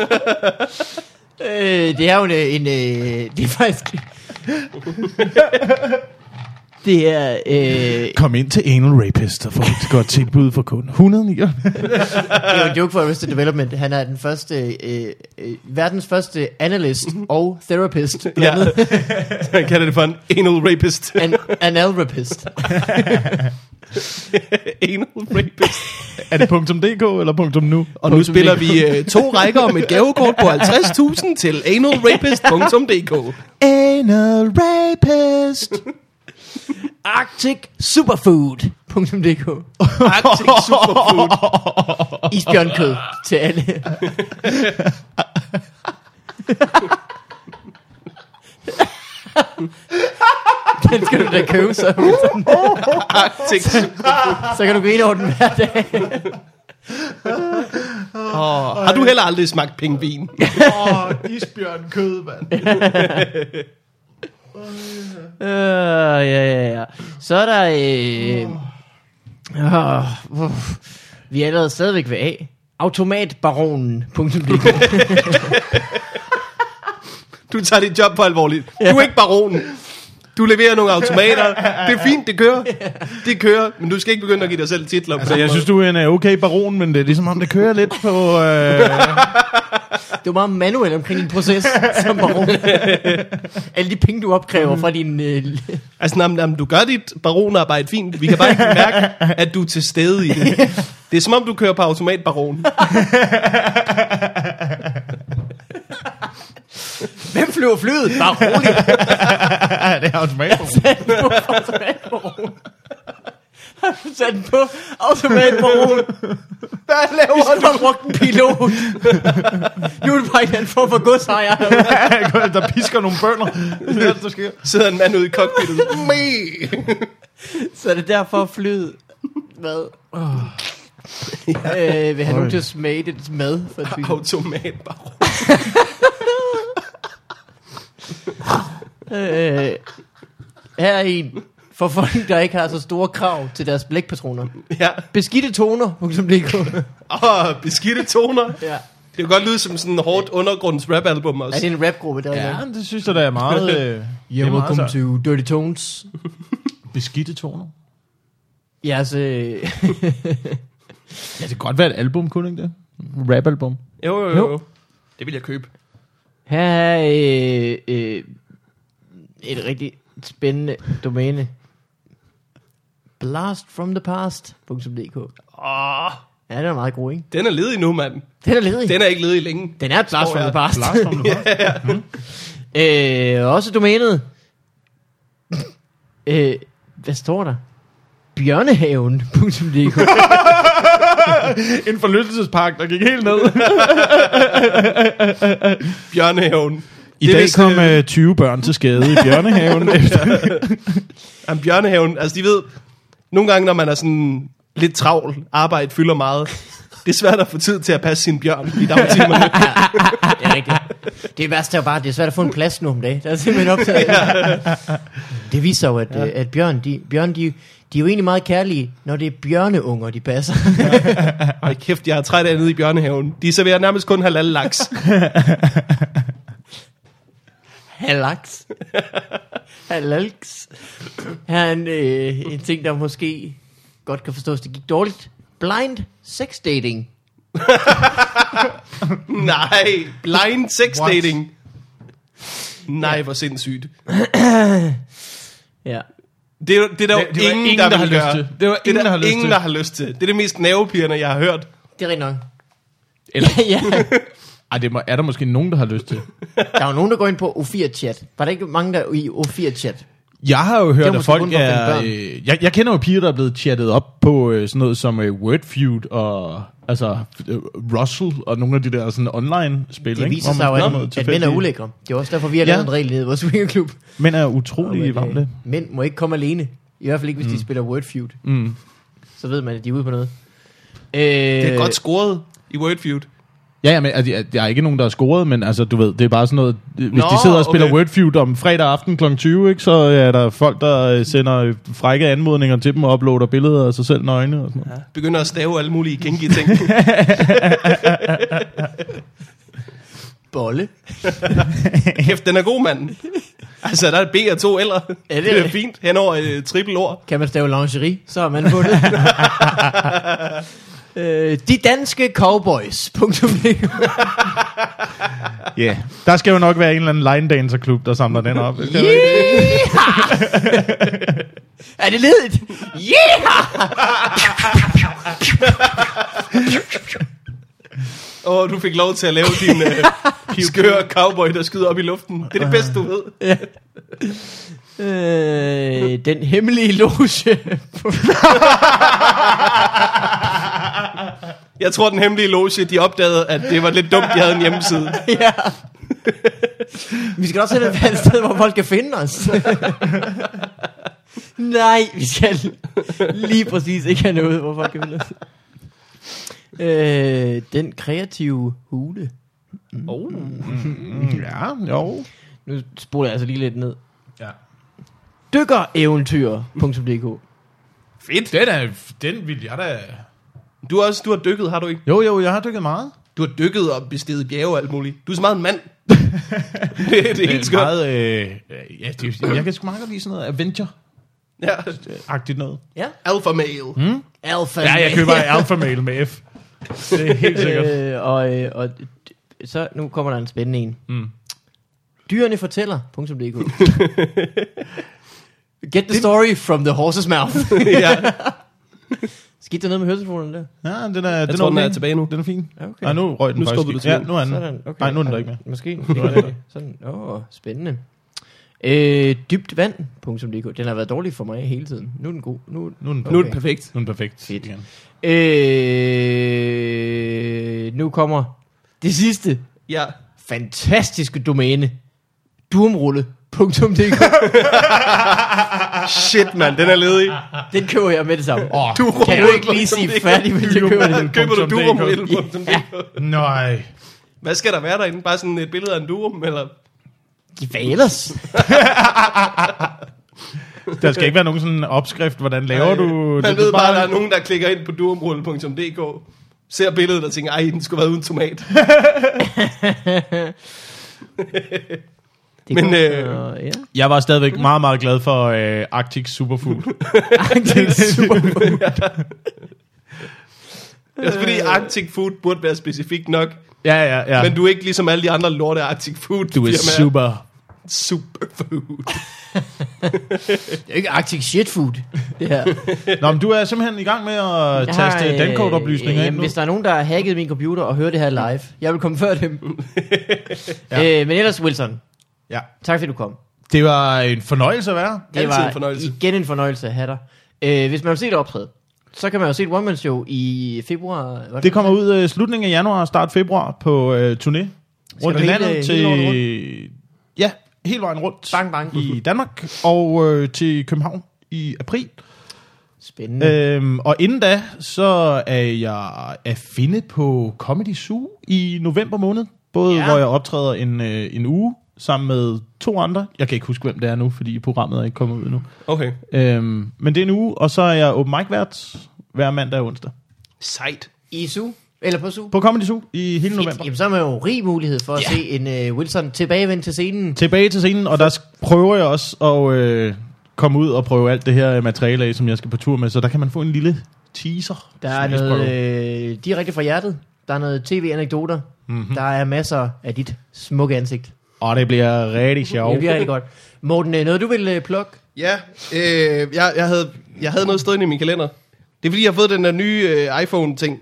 øh, det er jo en, øh, en øh, det er faktisk... det er... Øh, Kom ind til Anal Rapist og få et godt tilbud for kun 109. det er jo en joke for Arrested Development. Han er den første, øh, øh, verdens første analyst og therapist. Ja. Jeg kalder det for en anal rapist. An, analrapist. anal rapist. Er det .dk eller .nu? Og nu spiller vi øh, to rækker om et gavekort på 50.000 til analrapist.dk. Anal Rapist! Arcticsuperfood.dk Arctic Superfood. Isbjørnkød til alle. den skal du da købe, så, Arctic Superfood. så kan du grine over den hver dag. Åh, Har du heller aldrig smagt pingvin? Åh, oh, isbjørn kød, mand. Øh, ja, ja, ja. Så er der... Øh, øh, uh, vi er allerede stadigvæk ved A. Automatbaronen.dk Du tager dit job på alvorligt. Du er ikke baronen. Du leverer nogle automater. Det er fint, det kører. Det kører, men du skal ikke begynde at give dig selv titler. Altså, jeg synes, du er en øh, okay baron, men det er ligesom om, det kører lidt på... Øh... Det var meget manuelt omkring din proces som baron. Alle de penge, du opkræver fra din... Øh, Altså, jamen, jamen, du gør dit baronarbejde fint. Vi kan bare ikke mærke, at du er til stede i det. Det er som om, du kører på automatbaron. Hvem flyver flyet? Bare roligt. Ja, det er automatbaron. automatbaron. Har du sat den på automatbaron? Hvad Vi skulle have brugt en pilot. Nu er det bare en eller anden form for godsejer. der pisker nogle bønder. Det er det, der sker. Sidder en mand ude i cockpittet. Me! Så er det derfor flyet... Hvad? Oh. Ja. Øh, vil have nogen til at smage det mad? For at vi- Automatbaron. Øh, her er en for folk, der ikke har så store krav til deres blækpatroner. Ja. Beskidte toner.dk Åh, beskidte toner. ja. Det kan godt lyde som sådan en hårdt undergrunds rap-album Er det også. en rapgruppe, der Ja, er det synes jeg, der er meget... Øh, det er meget Welcome så. to Dirty Tones. Beskidte toner. Jeres, øh, Ja, det kan godt være et album, kunne ikke det? Rap-album. Jo, jo, jo. Det vil jeg købe. her er øh, øh, et rigtig spændende domæne. Blastfromthepast.dk Åh, Ja, den er meget god, ikke? den er ledig nu, mand. Den er ledig. Den er ikke ledig længe. Den er Blast Tror from jeg. the Past. Lars, kom du bare. Øh, også domænet. øh, hvad står der? Bjørnehaven.dk En forlystelsespark, der gik helt ned. Bjørnehaven. I Det er dag vist, kom øh, 20 børn til skade i Bjørnehaven. efter- øh, Jamen, Bjørnehaven, altså de ved, nogle gange, når man er sådan lidt travl, arbejde fylder meget, Det er svært at få tid til at passe sin bjørn i dagtimerne. Det er rigtigt. Det værste er jo bare, at det er svært at få en plads nu om dagen. Der er simpelthen optaget. Det viser jo, at, ja. at bjørn, de, bjørn de, de er jo egentlig meget kærlige, når det er bjørneunger, de passer. Ej, kæft, jeg er træt af nede i bjørnehaven. De serverer nærmest kun halal laks. Halaks. Halaks. Her er en, øh, en ting, der måske godt kan forstås, det gik dårligt. Blind sex dating. Nej, blind sex dating. Nej, hvor sindssygt. Ja. Det er, jo- det er der jo Det- det er der ingen, ingen, der, der har vil lyst gøre. til. Det er der det ingen, er der har lyst ingen til. der har lyst til. Det er det mest nervepirrende, jeg har hørt. Det er rigtigt nok. Ja, ja. Ej, det må, er der måske nogen, der har lyst til. Der er jo nogen, der går ind på O4-chat. Var der ikke mange, der i O4-chat? Jeg har jo Det er hørt, at måske kun folk for at finde er... børn. Øh, jeg, jeg kender jo piger, der er blevet chattet op på øh, sådan noget som øh, Wordfeud og altså, øh, Russell og nogle af de der sådan online-spil. Det ikke? viser Hvor sig jo, man finder noget at, at mænd er tilfældigt. ulækre. Det er også derfor, vi har lavet Ja. en regel nede i vores swingerklub. Mænd er om, utrolig at, øh, varme. Mænd må ikke komme alene. I hvert fald ikke, hvis mm. de spiller Word Feud. Mm. Så ved man, at de er ude på noget. Øh, Det er godt scoret i Wordfeud. Ja, ja, men altså, der er ikke nogen, der har scoret, men altså, du ved, det er bare sådan noget... øh, Hvis Nå, de sidder og spiller okay. okay. Wordfeud om fredag aften kl. 20, ikke, så er der folk, der øh, sender øh, frække anmodninger til dem og uploader billeder af sig selv nøgne og sådan noget. Begynder at stave alle mulige kinky ting. bolle. Kæft, den er god, mand. Altså, der er B og to eller. Ja, det det er er det. fint hen over øh, et trippelord. Kan man stave lingerie, så er man vundet. øh, de danske cowboys. Punktum. Ja. Yeah. Der skal jo nok være en eller anden line dancer klub der samler den op. Skal der ikke? Yeehaw! er det ledigt? Yeah! Og du fik lov til at lave din øh, skøre cowboy, der skyder op i luften. Det er det bedste, du ved. Øh, den hemmelige loge. Jeg tror, den hemmelige loge, de opdagede, at det var lidt dumt, de havde en hjemmeside. ja. Vi skal også have et sted, hvor folk kan finde os. Nej, vi skal lige præcis ikke have noget, hvor folk kan finde os. Øh, den kreative hule. Oh. Mm, ja, jo. Nu spoler jeg altså lige lidt ned. Ja. Dykkereventyr.dk Fedt. Den, er, den vil jeg da... Du, er også, du har dykket, har du ikke? Jo, jo, jeg har dykket meget. Du har dykket og besteget bjerge og alt muligt. Du er så meget en mand. det, det er helt skørt. Meget, øh, ja, det, jeg kan sgu meget godt lide sådan noget adventure-agtigt Ja. noget. Ja. Alpha male. Hmm? Alfa. Ja, jeg køber en alpha male med F. Det er helt sikkert. øh, og, øh, og d- så nu kommer der en spændende en. Mm. Dyrene fortæller. .dk. Get the story from the horse's mouth. ja. Skete der noget med høretelefonerne der? Ja, den er, den tror, den okay. er tilbage nu. Den er fin. Ja, okay. Nej, nu røg den Nu faktisk skubbede i. du til. Ja, nu er den. Sådan, okay. Nej, nu er den der ikke mere. Måske. Måske. Sådan, åh, oh, spændende. Øh, dybtvand.dk. Den har været dårlig for mig hele tiden. Nu er den god. Nu, Nu er den, Nu er Okay. det perfekt. nu er den perfekt. Fedt. Igen. øh, nu kommer det sidste. Ja. Fantastiske domæne. Durumrulle.dk. Shit, mand. Den er ledig. Den køber jeg med det samme. Oh, Åh, Du kan du ikke lige sige færdig, men jeg køber det. Køber du durum? Ja. nej. Hvad skal der være derinde? Bare sådan et billede af en durum? Eller? Hvad ellers? Der skal ikke være nogen sådan opskrift, hvordan laver du... Man det? ved bare, at der er nogen, der klikker ind på durumrulle.dk, ser billedet og tænker, ej, den skulle have været uden tomat. Det Men, går, øh, øh, ja. Jeg var stadigvæk meget, meget glad for øh, Arctic Superfood. det er super Det er også fordi Arctic Food burde være specifikt nok, ja, ja, ja. men du er ikke ligesom alle de andre lorte Arctic Food. du er firmaer. super. superfood. Det er jo ikke Arctic shit food, det her. Nå, men du er simpelthen i gang med at Jeg har, taste øh, dankortoplysninger ind jamen, nu. Hvis der er nogen, der har hacket min computer og hører det her live, jeg vil komme før dem. ja. øh, men ellers, Wilson, Ja. tak fordi du kom. Det var en fornøjelse at være. Det Altid var en fornøjelse. igen en fornøjelse at have dig. Øh, hvis man vil se et optræde, så kan man jo se et one-man-show i februar. var Det kommer ud øh, slutningen af januar og start februar på øh, turné. Rundt du i hele- landet hele til... året Ja, hele vejen rundt. Bang, bang. I Danmark og øh, til København i april. Spændende. Øh. Øhm, og inden da, så er jeg at finde på Comedy Zoo i november måned. Både Ja. ja. hvor jeg optræder en, øh, en uge sammen med to andre. Jeg kan ikke huske, hvem det er nu, fordi programmet er ikke kommet ud endnu. Okay. Øhm, men det er en uge, og så er jeg open mic vært hver mandag og onsdag. Sejt. I su? Eller på su? På Comedy Zoo i hele Fedt. november. Jamen, så er man jo rig mulighed for at Ja. se en uh, Wilson tilbagevende til scenen. Tilbage til scenen, og der sk- prøver jeg også at øh, komme ud og prøve alt det her øh, materiale af, som jeg skal på tur med. Så der kan man få en lille teaser. Der er noget øh, direkte fra hjertet. Der er noget tv-anekdoter. Mhm. Mm-hmm. Der er masser af dit smukke ansigt. Og det bliver rigtig Det sjovt. bliver rigtig godt. Morten, øh, noget du vil øh, plukke? Ja, øh, jeg, jeg, havde, jeg havde noget sted inde i min kalender. Det er fordi, jeg har fået den der nye øh, iPhone-ting.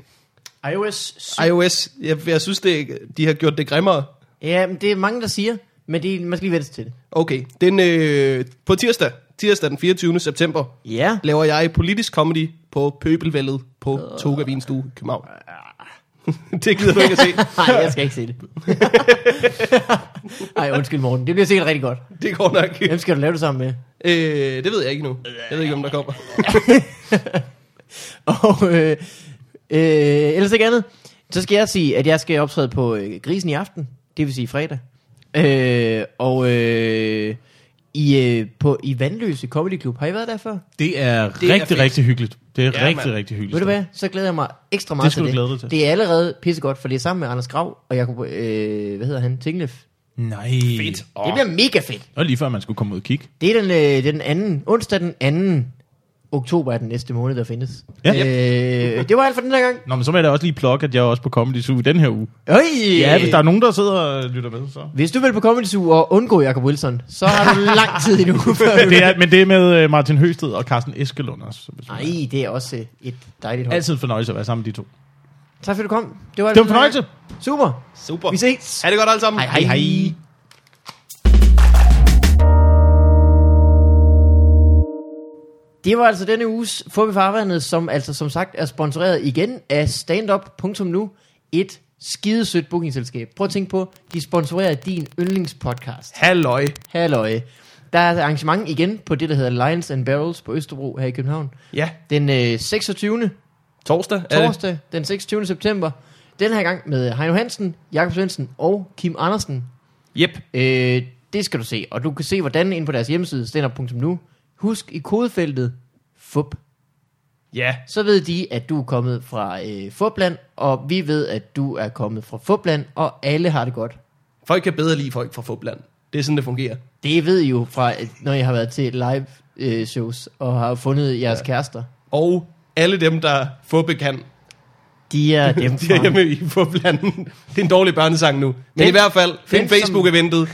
iOS iOS. Jeg, jeg synes, det, de har gjort det grimmere. Ja, men det er mange, der siger, men det er, man skal lige vente til det. Okay, den, øh, på tirsdag, tirsdag den 24. september, Ja. laver jeg politisk comedy på Pøbelvældet på Øh. Toga Vinstue i København. det gider du ikke at se. Nej, jeg skal ikke se det. Nej, undskyld Morten. Det bliver sikkert rigtig godt. Det går nok. Hvem skal du lave det sammen med? Øh, det ved jeg ikke nu. Jeg ved ikke, om der kommer. Og øh, øh, ellers ikke andet, så skal jeg sige, at jeg skal optræde på øh, Grisen i aften, det vil sige fredag. Øh, og øh, i, øh, på, i Vandløse Comedy Club, har I været der før? Det er er rigtig, fedt. rigtig hyggeligt. Det er Ja, ja, rigtig, mand. rigtig hyggeligt. Ved du hvad, så glæder jeg mig ekstra meget skal til du det. glæde dig til. Det er allerede pissegodt, for det er sammen med Anders Grav og Jacob, øh, hvad hedder han, Tinglef. Nej. Fedt. Åh, Det bliver mega fedt. Det var lige før, man skulle komme ud og kigge. Det er den, øh, det er den anden, onsdag den anden oktober er den næste måned, der findes. Ja. Øh, det var alt for den her gang. Nå, men så vil jeg da også lige plukke, at jeg er også på Comedy Zoo i den her uge. Øj! Ja, hvis der er nogen, der sidder og lytter med, så... Hvis du vil på Comedy Zoo og undgå Jacob Wilson, så har du lang tid endnu. Før du... Det er, men det er med øh, Martin Høsted og Carsten Eskelund også. hvis man- Nej, det er også øh, et dejligt hold. Altså, Altid en fornøjelse at være sammen med de to. tak fordi du kom. Det var, alt Det var en for den her fornøjelse. gang. Super. Super. Vi ses. Ha' det godt alle sammen. Hej, hej, hej. Det var altså denne uges Fubi Farvandet, som altså som sagt er sponsoreret igen af standup.nu, et skidesødt bookingselskab. Prøv at tænke på, de sponsorerer din yndlingspodcast. Halløj. Halløj. Der er arrangement igen på det, der hedder Lions and Barrels på Østerbro her i København. Ja, Den øh, 26. torsdag. er det. torsdag, den 26. september. Den her gang med Heino Hansen, Jakob Svendsen og Kim Andersen. Yep. Øh, det skal du se, og du kan se hvordan inde på deres hjemmeside, standup.nu. Husk i kodefeltet FUB. Ja. Så ved de, at du er kommet fra øh, FUBland, og vi ved, at du er kommet fra FUBland, og alle har det godt. Folk kan bedre lide folk fra Fubland. Det er sådan, det fungerer. Det ved I jo fra, at når I har været til live øh, shows og har fundet jeres ja. kærester. Og alle dem, der Fubbe kan, De er dem de er fra... hjemme i Fublanden. Det er en dårlig børnesang nu. Men Den- i hvert fald, den, find som- Facebook-eventet.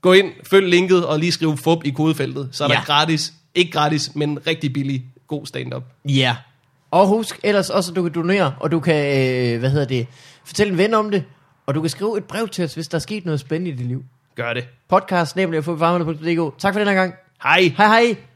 Gå ind, følg linket og lige skriv Fub i kodefeltet. Så er der Ja. gratis, ikke gratis, men rigtig billig, god stand-up. Ja. Og husk ellers også, at du kan donere, og du kan, øh, hvad hedder det, fortælle en ven om det, og du kan skrive et brev til os, hvis der er sket noget spændende i dit liv. Gør det. Podcast, Tak for den her gang. Hej. Hej hej.